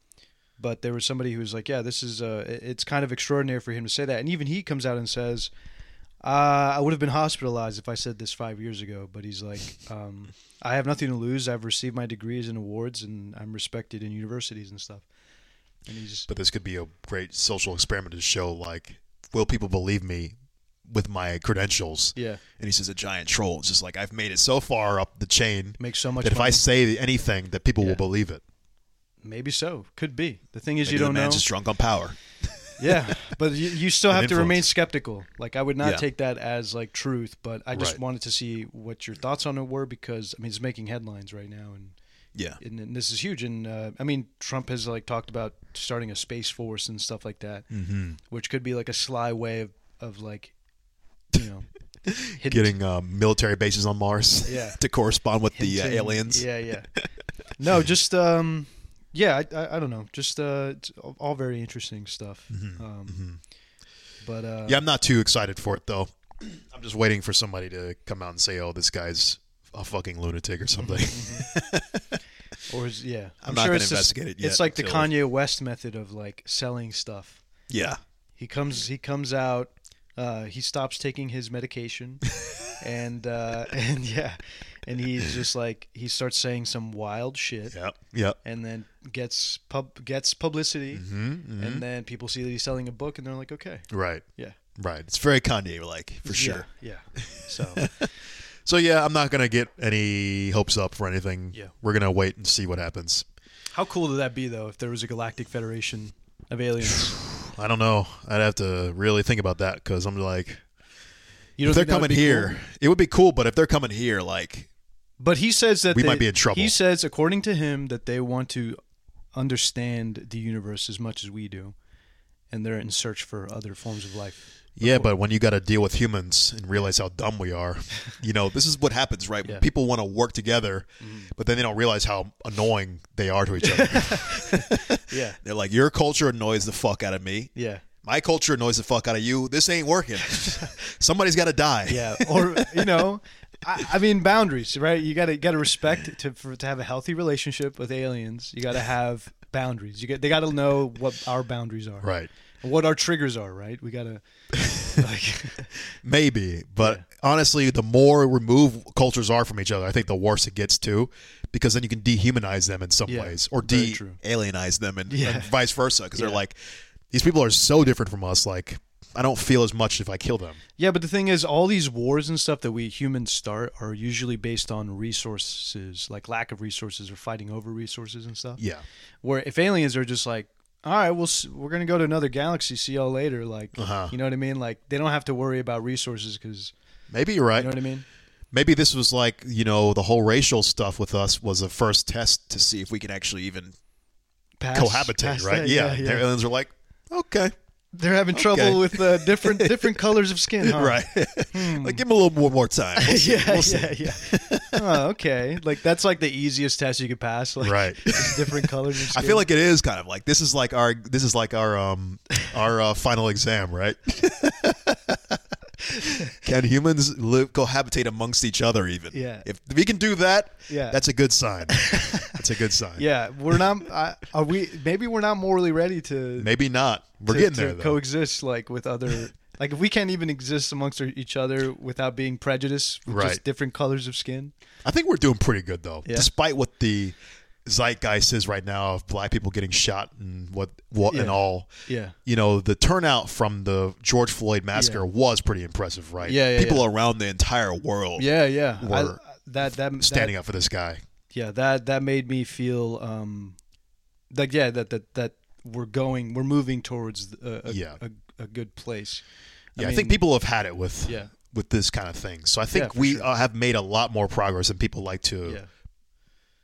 Speaker 2: but there was somebody who was like, "Yeah, this is uh, it- it's kind of extraordinary for him to say that." And even he comes out and says, uh, "I would have been hospitalized if I said this five years ago." But he's like, um, "I have nothing to lose. I've received my degrees and awards, and I'm respected in universities and stuff." And he's
Speaker 1: But this could be a great social experiment to show, like, will people believe me with my credentials?
Speaker 2: yeah.
Speaker 3: and he's just a giant troll. It's just like, I've made it so.
Speaker 1: So far up the chain
Speaker 2: make so much
Speaker 1: that if
Speaker 2: money.
Speaker 1: I say anything, that people
Speaker 2: Yeah.
Speaker 1: will believe it.
Speaker 2: Maybe so. Could be. The thing is,
Speaker 3: Maybe
Speaker 2: you
Speaker 3: the
Speaker 2: don't know.
Speaker 3: man's just drunk on power.
Speaker 2: yeah, but you, you still have to
Speaker 1: influence.
Speaker 2: remain skeptical. Like I would not
Speaker 3: Yeah.
Speaker 2: take that as like truth, but I just
Speaker 1: Right.
Speaker 2: wanted to see what your thoughts on it were because I mean it's making headlines right now, and
Speaker 3: Yeah.
Speaker 2: and, and this is huge. And uh, I mean Trump has like talked about starting a space force and stuff like that, mm-hmm. which could be like a sly way of of like, you know, hidden-
Speaker 1: Getting uh, military bases on Mars
Speaker 2: Yeah.
Speaker 1: to correspond with the uh,
Speaker 2: hinting-
Speaker 1: aliens.
Speaker 2: Yeah, yeah. no, just um, yeah. I, I, I don't know. Just uh, it's all- all very interesting stuff.
Speaker 3: Mm-hmm,
Speaker 2: Um, But uh,
Speaker 1: Yeah, I'm not too excited for it though. I'm just waiting for somebody to come out and say, "Oh, this guy's a fucking lunatic" or something.
Speaker 2: or is, yeah, I'm,
Speaker 3: not
Speaker 2: sure
Speaker 3: gonna
Speaker 2: it's just-
Speaker 3: investigate it yet
Speaker 2: It's like the
Speaker 3: until-
Speaker 2: Kanye West method of like selling stuff.
Speaker 3: Yeah.
Speaker 2: He comes, he comes out. Uh, he stops taking his medication, and uh, and yeah, and he's just like he starts saying some wild shit.
Speaker 1: yep, yep.
Speaker 2: and then gets pub gets publicity,
Speaker 3: Mm-hmm,
Speaker 2: and then people see that he's selling a book, and they're like, okay,
Speaker 1: Right,
Speaker 2: yeah,
Speaker 1: right.
Speaker 3: It's very Kanye like, for sure.
Speaker 2: yeah. yeah. So
Speaker 1: So yeah, I'm not gonna get any hopes up for anything.
Speaker 2: Yeah.
Speaker 1: we're gonna wait and see what happens.
Speaker 2: how cool would that be though if there was a galactic federation of aliens?
Speaker 1: I don't know. I'd have to really think about that because I'm like,
Speaker 2: You
Speaker 1: if they're
Speaker 2: think that
Speaker 1: coming
Speaker 2: would be
Speaker 1: here,
Speaker 2: cool?
Speaker 1: it would be cool. But if they're coming here, like,
Speaker 2: But he says that
Speaker 1: We
Speaker 2: they-
Speaker 1: might be in trouble.
Speaker 2: He says, according to him, that they want to understand the universe as much as we do, and they're in search for other forms of life.
Speaker 1: yeah, but when you got to deal with humans and realize how dumb we are,
Speaker 3: You know, this is what happens, right?
Speaker 2: Yeah. Mm-hmm.
Speaker 1: people want to work together, but then they don't realize how annoying they are to each other.
Speaker 2: Yeah,
Speaker 3: They're like, your culture annoys the fuck out of me.
Speaker 2: yeah,
Speaker 3: My culture annoys the fuck out of you. This ain't working. Somebody's got to die.
Speaker 2: yeah. Or you know. I, I mean boundaries, right? You gotta gotta respect to for, to have a healthy relationship with aliens. You gotta have boundaries. You get they gotta know what our boundaries are,
Speaker 1: right.
Speaker 2: what our triggers are, right? We gotta like,
Speaker 1: Maybe, but honestly, the more removed cultures are from each other, I think the worse it gets too, because then you can dehumanize them in some
Speaker 2: Yeah,
Speaker 1: ways, or
Speaker 2: very
Speaker 1: de
Speaker 2: true.
Speaker 3: Alienize them and,
Speaker 2: Yeah.
Speaker 3: and vice versa because
Speaker 2: Yeah.
Speaker 3: they're like,
Speaker 1: these people are so different from us. Like, I don't feel as much if I kill them.
Speaker 2: yeah. But the thing is, all these wars and stuff that we humans start are usually based on resources, like lack of resources or fighting over resources and stuff.
Speaker 1: Yeah,
Speaker 2: Where if aliens are just like, all right, we'll s- we're gonna go to another galaxy, see y'all later. Like, you know what I mean? Like they don't have to worry about resources because
Speaker 1: maybe you're right.
Speaker 2: you know what I mean.
Speaker 1: Maybe this was like, you know, the whole racial stuff with us was a first test
Speaker 3: to see if we can actually even
Speaker 2: Past,
Speaker 1: cohabitate,
Speaker 2: past
Speaker 1: right?
Speaker 2: that,
Speaker 1: yeah. Their aliens are like, okay,
Speaker 2: They're having trouble
Speaker 3: Okay.
Speaker 2: with uh, different different colors of skin, huh?
Speaker 3: Right. like, give him a little more, more time. We'll see.
Speaker 2: Oh. Hmm. yeah,
Speaker 3: We'll see.
Speaker 2: yeah, yeah. Oh, okay. Like that's like the easiest test you could pass. Like,
Speaker 1: Right.
Speaker 2: it's different colors. Of
Speaker 3: I
Speaker 2: skin.
Speaker 3: feel like it is kind of like this is like our
Speaker 1: This is like our um our uh, final exam, right?
Speaker 3: can humans live cohabitate amongst each other even
Speaker 2: Yeah.
Speaker 3: if we can do that
Speaker 2: yeah,
Speaker 1: That's a good sign. That's a good sign.
Speaker 2: yeah. We're not. I, are we? Maybe we're not morally ready to.
Speaker 1: Maybe not. We're
Speaker 2: to-
Speaker 1: getting
Speaker 2: to
Speaker 1: there though.
Speaker 2: coexist like with other. Like if we can't even exist amongst our- each other without being prejudiced with
Speaker 1: Right.
Speaker 2: just different colors of skin.
Speaker 1: I think we're doing pretty good though,
Speaker 2: Yeah.
Speaker 1: despite what the zeitgeist is right now of black people getting shot and what what
Speaker 2: Yeah.
Speaker 1: and all.
Speaker 2: Yeah.
Speaker 1: You know, the turnout from the George Floyd massacre was pretty impressive, right?
Speaker 2: Yeah, yeah,
Speaker 3: people
Speaker 2: yeah.
Speaker 3: around the entire world
Speaker 2: yeah, yeah. I-
Speaker 1: were
Speaker 2: that that
Speaker 1: Standing up for this guy.
Speaker 2: yeah that that made me feel um like yeah that that that we're going we're moving towards uh, a a,
Speaker 1: Yeah.
Speaker 2: a, a good place
Speaker 1: Yeah, I,
Speaker 2: mean,
Speaker 1: think people have had it with
Speaker 2: yeah
Speaker 1: with this kind of thing. So I think
Speaker 2: for
Speaker 1: we
Speaker 2: sure.
Speaker 1: uh, have made a lot more progress than people like to
Speaker 2: yeah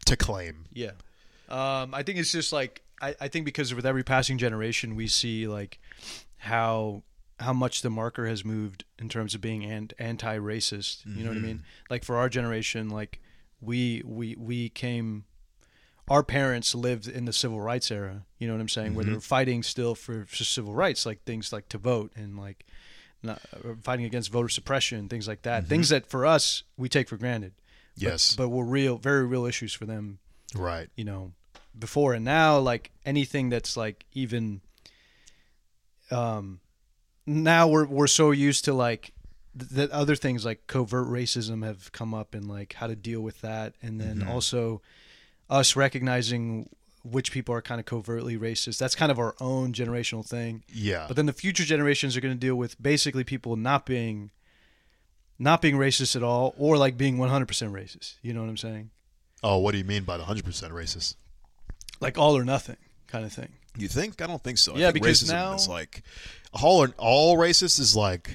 Speaker 1: to claim.
Speaker 2: yeah um i think it's just like I, I think because with every passing generation we see like how how much the marker has moved in terms of being an, anti-racist you know what i mean like for our generation like we we we came our parents lived in the civil rights era. You know what I'm saying? Where they were fighting still for, for civil rights, like things like to vote and like not, or fighting against voter suppression, things like that. Things that for us we take for granted. But-
Speaker 1: Yes.
Speaker 2: but were real, very real issues for them.
Speaker 1: Right.
Speaker 2: You know, before and now, like anything that's like even. Um, now we're we're so used to like th- that other things like covert racism have come up and like how to deal with that, and then also us recognizing which people are kind of covertly racist. That's kind of our own generational thing.
Speaker 1: Yeah.
Speaker 2: But then the future generations are going to deal with basically people not being not being racist at all or like being 100% racist. You know what I'm saying?
Speaker 1: oh, what do you mean by the 100% racist?
Speaker 2: Like all or nothing kind of thing.
Speaker 3: you think i don't think so I
Speaker 2: Yeah,
Speaker 3: think
Speaker 2: because
Speaker 3: racism
Speaker 2: now-
Speaker 3: is like
Speaker 1: All or, all racist is like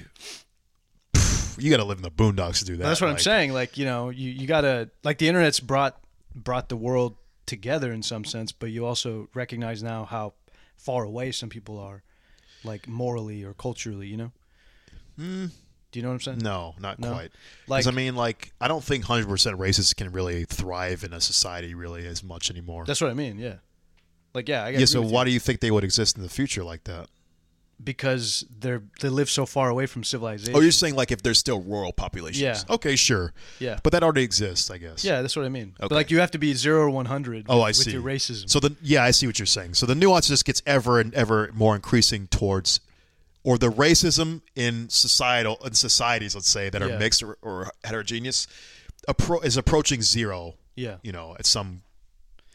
Speaker 1: pff, you got to live in the boondocks to do that.
Speaker 2: That's what I'm
Speaker 1: Like,
Speaker 2: saying. Like, you know, you, you got to like the internet's brought brought the world together in some sense, but you also recognize now how far away some people are like morally or culturally, you know?
Speaker 1: Hmm.
Speaker 2: Do you know what I'm saying?
Speaker 1: No, not
Speaker 2: No.
Speaker 1: quite.
Speaker 2: Like-
Speaker 1: Because I mean, like, I don't think hundred percent racists can really thrive in a society really as much anymore.
Speaker 2: That's what I mean. Yeah. Like, yeah. I
Speaker 1: yeah. So why do you think they would exist in the future like that?
Speaker 2: Because they're they live so far away from civilization.
Speaker 3: oh you're saying like if there's still rural populations
Speaker 2: Yeah.
Speaker 1: Okay, sure.
Speaker 2: yeah.
Speaker 1: But that already exists, I guess.
Speaker 2: yeah, that's what I mean. But
Speaker 3: Okay.
Speaker 2: like, you have to be zero or one hundred.
Speaker 1: Oh, I
Speaker 2: with
Speaker 1: see.
Speaker 2: Your racism.
Speaker 1: So the yeah, I see what you're saying. So the nuance just gets ever and ever more increasing towards, or the racism in societal in societies, let's say that are
Speaker 2: Yeah.
Speaker 1: mixed or, or heterogeneous, appro- is approaching zero.
Speaker 2: yeah.
Speaker 1: You know, at some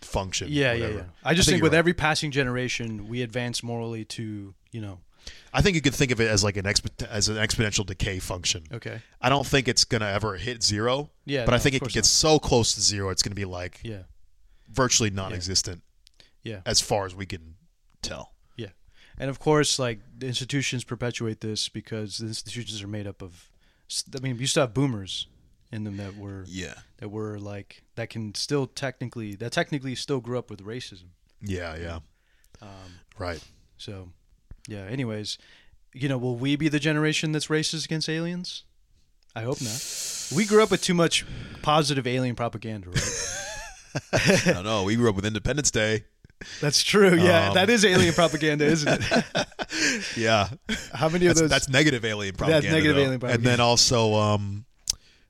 Speaker 1: function.
Speaker 2: Yeah, yeah,
Speaker 1: whatever.
Speaker 2: yeah. I just think,
Speaker 1: you're
Speaker 2: with
Speaker 1: right.
Speaker 2: every passing generation, we advance morally to you know.
Speaker 1: I think you could think of it as like an expo- as an exponential decay function.
Speaker 2: Okay.
Speaker 1: I don't think it's gonna ever hit zero.
Speaker 2: Yeah,
Speaker 1: But I
Speaker 2: no,
Speaker 1: think
Speaker 2: of
Speaker 1: it
Speaker 2: course
Speaker 1: gets so close to zero, it's gonna be like
Speaker 2: Yeah.
Speaker 1: virtually non-existent.
Speaker 2: Yeah.
Speaker 1: As far as we can tell.
Speaker 2: Yeah. And of course, like the institutions perpetuate this because the institutions are made up of. s- I mean, you still have boomers in them that were
Speaker 3: yeah
Speaker 2: that were like that can still technically that technically still grew up with racism.
Speaker 1: Yeah, yeah.
Speaker 2: Um,
Speaker 1: Right.
Speaker 2: So, yeah. Anyways, you know, will we be the generation that's racist against aliens? I hope not. We grew up with too much positive alien propaganda, right?
Speaker 3: i don't know we grew up with independence day
Speaker 2: that's true. Yeah,
Speaker 3: Um,
Speaker 2: that is alien propaganda, isn't it?
Speaker 3: yeah
Speaker 2: How many of
Speaker 3: that's,
Speaker 2: those
Speaker 3: that's negative alien propaganda
Speaker 2: negative
Speaker 3: though.
Speaker 2: alien
Speaker 1: And then also um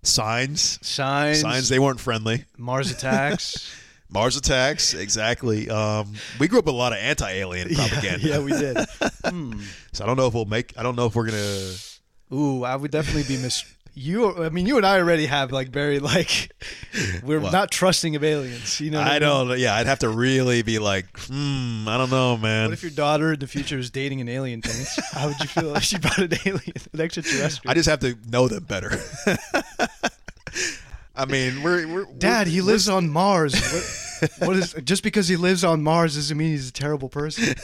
Speaker 1: signs.
Speaker 2: signs,
Speaker 3: signs they weren't friendly
Speaker 2: Mars attacks?
Speaker 3: mars attacks exactly um we grew up with a lot of anti-alien propaganda
Speaker 2: yeah, we did. Hmm.
Speaker 1: So I don't know if we'll make I don't know if we're gonna
Speaker 2: Ooh, I would definitely be mis. You, I mean, you and I already have like very like we're not trusting of aliens. You know, what
Speaker 3: I
Speaker 2: mean?
Speaker 3: don't. Yeah, I'd have to really be like, hmm, I don't know, man.
Speaker 2: What if your daughter in the future is dating an alien, Terrence? How would you feel if she brought an alien, an extraterrestrial?
Speaker 3: I just have to know them better. I mean, we're, we're
Speaker 2: Dad, he lives on Mars. What, what is just because he lives on Mars doesn't mean he's a terrible person.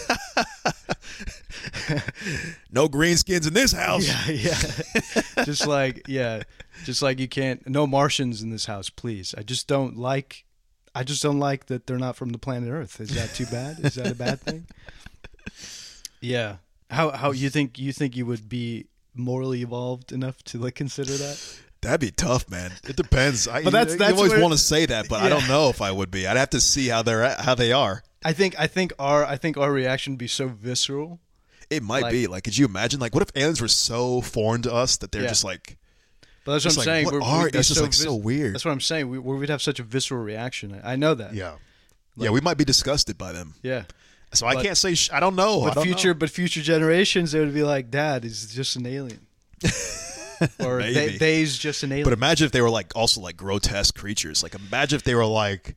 Speaker 3: no greenskins in this house.
Speaker 2: Yeah, yeah. just like yeah, just like you can't. No Martians in this house, please. I just don't like. I just don't like that they're not from the planet Earth. Is that too bad? Is that a bad thing? Yeah. How how you think you think you would be morally evolved enough to like consider that?
Speaker 1: That'd be tough, man.
Speaker 3: It depends. I,
Speaker 2: But that's-
Speaker 3: you
Speaker 2: that's
Speaker 1: you always
Speaker 2: where-
Speaker 1: want to say that, but I don't know if I would be. I'd have to see how they're at, how they are.
Speaker 2: I think I think our I think our reaction would be so visceral.
Speaker 1: It might
Speaker 2: Like-
Speaker 1: be like, could you imagine? Like, what if aliens were so foreign to us that they're
Speaker 2: Yeah.
Speaker 1: just like,
Speaker 2: But that's
Speaker 1: Just
Speaker 2: what I'm
Speaker 1: like,
Speaker 2: saying.
Speaker 1: what
Speaker 2: we're-
Speaker 1: are-
Speaker 2: we'd be
Speaker 1: that's just, like, so weird.
Speaker 2: That's what I'm saying. We, we'd have such a visceral reaction. I, I know that.
Speaker 3: yeah.
Speaker 1: yeah, we might be disgusted by them.
Speaker 2: Yeah.
Speaker 3: So I can't say. Sh- I don't know. I
Speaker 2: But
Speaker 3: don't
Speaker 2: future,
Speaker 3: know.
Speaker 2: but future generations, they would be like, "Dad is just an alien," or they,
Speaker 1: Maybe.
Speaker 2: "They's just an alien."
Speaker 1: But imagine if they were like also like grotesque creatures. Like,
Speaker 3: Imagine if they were like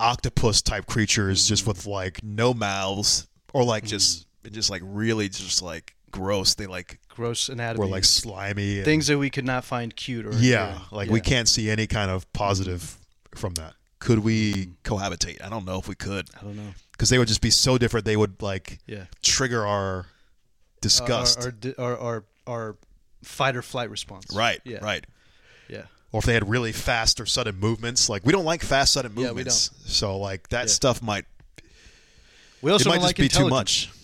Speaker 3: octopus type creatures, just with like
Speaker 1: no mouths or like just
Speaker 3: Mm.
Speaker 1: just like really just like gross. They like
Speaker 2: Gross anatomy.
Speaker 3: were like slimy. and-
Speaker 2: things that we could not find cute or
Speaker 3: yeah,
Speaker 2: endearing.
Speaker 3: like
Speaker 2: Yeah.
Speaker 3: we can't see any kind of positive from that. Mm. Could we?
Speaker 1: cohabitate. I don't know if we could
Speaker 2: I don't know.
Speaker 3: Because they would just be so different. They would like
Speaker 2: Yeah.
Speaker 3: trigger our disgust,
Speaker 2: Our, our, our, our, our fight or flight response.
Speaker 1: Right,
Speaker 2: Yeah.
Speaker 1: right.
Speaker 2: Yeah.
Speaker 3: or if they had really fast or sudden movements. Like we don't like fast sudden
Speaker 2: Yeah, we
Speaker 3: movements. So like that
Speaker 2: Yeah.
Speaker 3: stuff might
Speaker 2: We also
Speaker 3: it might
Speaker 2: don't
Speaker 3: just
Speaker 2: like
Speaker 3: be too
Speaker 2: intelligence.
Speaker 3: much.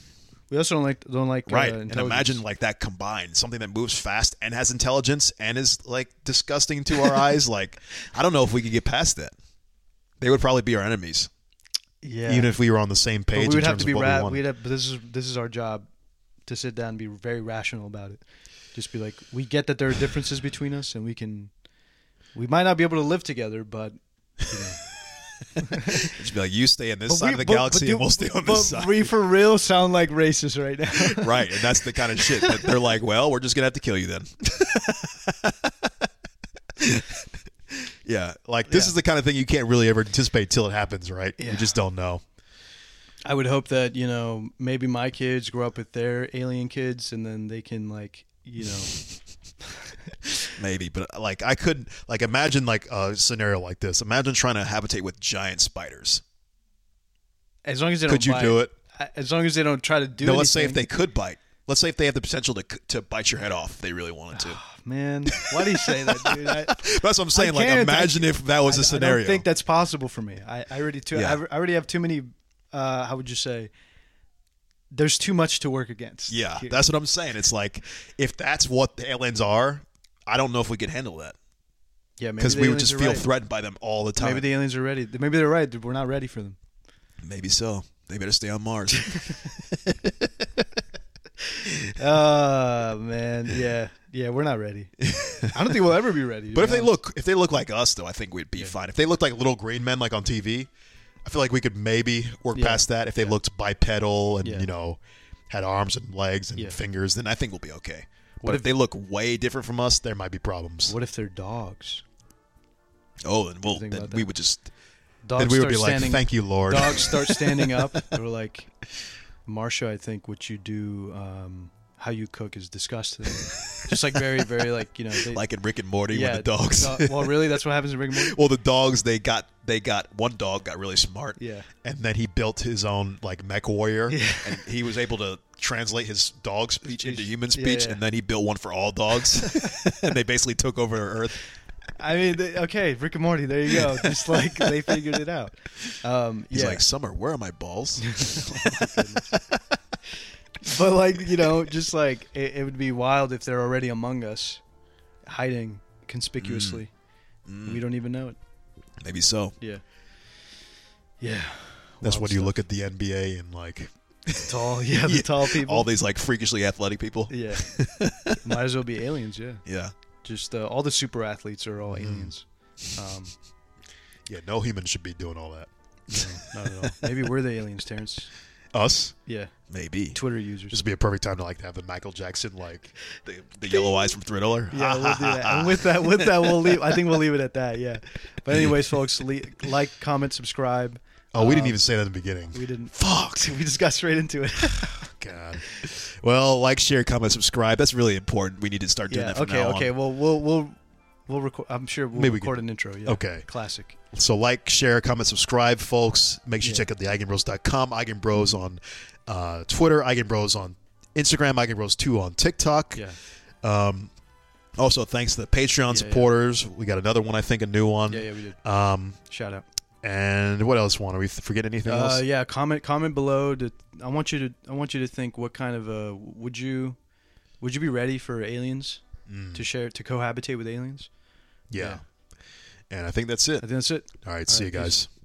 Speaker 2: We also don't like don't like
Speaker 1: right
Speaker 2: Uh,
Speaker 1: and
Speaker 2: intelligence.
Speaker 1: imagine like that combined something that moves fast and has intelligence and is like disgusting to our eyes like i don't know if we could get past that they would probably be our enemies
Speaker 2: yeah.
Speaker 3: Even if we were on the same page,
Speaker 2: but
Speaker 3: in
Speaker 2: we would
Speaker 3: terms
Speaker 2: have to be
Speaker 3: of what we
Speaker 2: ra-
Speaker 3: wanted.
Speaker 2: we'd have, but this is this is our job to sit down and be very rational about it. Just be like, we get that there are differences between us, and we can, we might not be able to live together, but
Speaker 1: just be like you stay on this side
Speaker 2: we-
Speaker 1: of the
Speaker 2: but- but
Speaker 1: galaxy
Speaker 2: do-
Speaker 1: and we'll stay on
Speaker 2: but
Speaker 1: this side
Speaker 2: we for real sound like racists right now.
Speaker 1: right and that's the kind of shit that they're like well we're just gonna have to kill you then
Speaker 3: Yeah, like this is the kind of thing you can't really ever anticipate till it happens, right?
Speaker 2: Yeah.
Speaker 3: You just don't know.
Speaker 2: I would hope that you know maybe my kids grow up with their alien kids, and then they can like you know
Speaker 1: maybe but uh,
Speaker 3: Like I couldn't like imagine like a scenario like this. Imagine trying to habitate with giant spiders.
Speaker 2: as long as they
Speaker 3: Could
Speaker 2: don't
Speaker 3: you
Speaker 2: bite-
Speaker 3: do it?
Speaker 2: I- As long as they don't try to do.
Speaker 1: no let's say if
Speaker 2: anything-
Speaker 1: they could bite let's say if they have the potential to, c- to bite your head off if they really wanted to
Speaker 2: Oh, man, why do you say that, dude? I,
Speaker 1: that's what i'm saying like
Speaker 2: can't- I-
Speaker 1: imagine if that was a
Speaker 2: I-
Speaker 1: scenario
Speaker 2: I don't think that's possible for me. I, I already too.
Speaker 1: Yeah.
Speaker 2: I already have too many. Uh, how would you say? There's too much to work against.
Speaker 1: Yeah,
Speaker 2: here.
Speaker 1: that's what I'm saying. It's like if that's what the aliens are, I don't know if we could handle that
Speaker 2: yeah. maybe
Speaker 1: because
Speaker 2: the
Speaker 1: we would
Speaker 2: aliens
Speaker 1: just
Speaker 2: are
Speaker 1: feel
Speaker 2: right.
Speaker 1: threatened by them all the time.
Speaker 2: Maybe the aliens are ready. Maybe they're right. We're not ready for them.
Speaker 1: Maybe so. They better stay on Mars.
Speaker 2: Oh man, yeah, yeah. We're not ready. I don't think we'll ever be ready. to
Speaker 1: but
Speaker 2: be
Speaker 1: if they
Speaker 2: honest.
Speaker 1: look, if they look like us, though, I think we'd be fine.
Speaker 3: If they looked like little green men, like on TV, I feel like we could maybe work
Speaker 2: Yeah.
Speaker 3: past that. If they looked bipedal and
Speaker 2: Yeah.
Speaker 3: you know had arms and legs and
Speaker 2: Yeah.
Speaker 3: fingers, then
Speaker 1: Then I think we'll be okay.
Speaker 3: What
Speaker 1: but if,
Speaker 3: if-
Speaker 1: they look way different from us,
Speaker 3: there might be problems.
Speaker 2: what if they're dogs?
Speaker 1: oh, then we'll
Speaker 2: Think
Speaker 1: then
Speaker 2: about
Speaker 1: we
Speaker 2: that.
Speaker 1: would just
Speaker 2: Dogs
Speaker 3: Then we would
Speaker 2: start
Speaker 3: be like,
Speaker 2: standing.
Speaker 3: "Thank you, Lord."
Speaker 2: dogs start standing up. They were like, Marsha, I think what you do, um, how you cook is disgusting. Just like very, very like you know, they,
Speaker 1: like in Rick and Morty
Speaker 2: yeah,
Speaker 1: with the dogs.
Speaker 2: do- well, really, that's what happens in Rick and Morty.
Speaker 1: well, the dogs they got they got one dog got really smart.
Speaker 2: Yeah.
Speaker 3: and then he built his own like mech warrior.
Speaker 1: And he was able to translate his dog speech into human
Speaker 2: Yeah,
Speaker 1: speech,
Speaker 2: yeah.
Speaker 1: and then he built one for all dogs, and they basically took over Earth.
Speaker 2: I mean, they, okay, Rick and Morty. There you go. Just like they figured it out. Um,
Speaker 1: He's
Speaker 2: yeah.
Speaker 1: like, Summer, where are my balls?
Speaker 2: but like you know, just like it, it would be wild if they're already among us, hiding conspicuously. We don't even know it.
Speaker 1: Maybe so.
Speaker 2: Mm. Yeah. Yeah.
Speaker 3: That's
Speaker 2: Wild
Speaker 3: when you
Speaker 2: stuff.
Speaker 3: look at the NBA and like
Speaker 2: tall. Yeah, the
Speaker 1: Yeah.
Speaker 2: tall people.
Speaker 1: All these like freakishly athletic people.
Speaker 2: Yeah. Might as well be aliens, yeah.
Speaker 1: Yeah.
Speaker 2: Just uh, all the super athletes are all aliens. Um,
Speaker 3: Yeah, no human should be doing all that.
Speaker 2: no, not at all. Maybe we're the aliens, Terrence.
Speaker 3: Us?
Speaker 2: Yeah.
Speaker 1: Maybe.
Speaker 2: Twitter users.
Speaker 3: This would be a perfect time to like have the Michael Jackson like
Speaker 1: The, the yellow eyes from Thriller.
Speaker 2: yeah, we'll do that. And with that, with that, we'll leave. I think we'll leave it at that. Yeah. But anyways, folks, le- like, comment, subscribe.
Speaker 3: Oh, we
Speaker 2: Um,
Speaker 3: didn't even say that in the beginning.
Speaker 2: We didn't.
Speaker 1: Fuck.
Speaker 2: We just got straight into it.
Speaker 3: God.
Speaker 1: Well, like, share, comment, subscribe. That's really important. We need to start doing
Speaker 2: yeah.
Speaker 1: that from
Speaker 2: Okay.
Speaker 1: now
Speaker 2: Okay.
Speaker 1: on.
Speaker 2: Well, we'll we'll we'll record. I'm sure we'll
Speaker 3: Maybe we
Speaker 2: record
Speaker 3: can-
Speaker 2: an intro. Yeah.
Speaker 3: Okay.
Speaker 2: Classic.
Speaker 3: So like, share, comment, subscribe, folks. Make sure you
Speaker 2: Yeah.
Speaker 3: check out the eigenbros.com, eigenbros on uh, Twitter, eigenbros on Instagram, eigenbros2 on TikTok.
Speaker 2: Yeah.
Speaker 3: Um, also, thanks to the Patreon
Speaker 2: yeah.
Speaker 1: Um,
Speaker 3: supporters. We got another one, I think, a new one.
Speaker 2: Yeah. Yeah. We did.
Speaker 3: Um,
Speaker 2: Shout out.
Speaker 1: And what else, Juan? Are we forgetting anything
Speaker 2: Uh,
Speaker 1: else?
Speaker 2: yeah, comment comment below. To, I want you to I want you to think what kind of uh would you would you be ready for aliens
Speaker 3: Mm.
Speaker 2: to share to cohabitate with aliens?
Speaker 1: Yeah. And I think that's it.
Speaker 2: I think that's it.
Speaker 1: All right. See you
Speaker 2: right,
Speaker 1: guys.
Speaker 2: peace.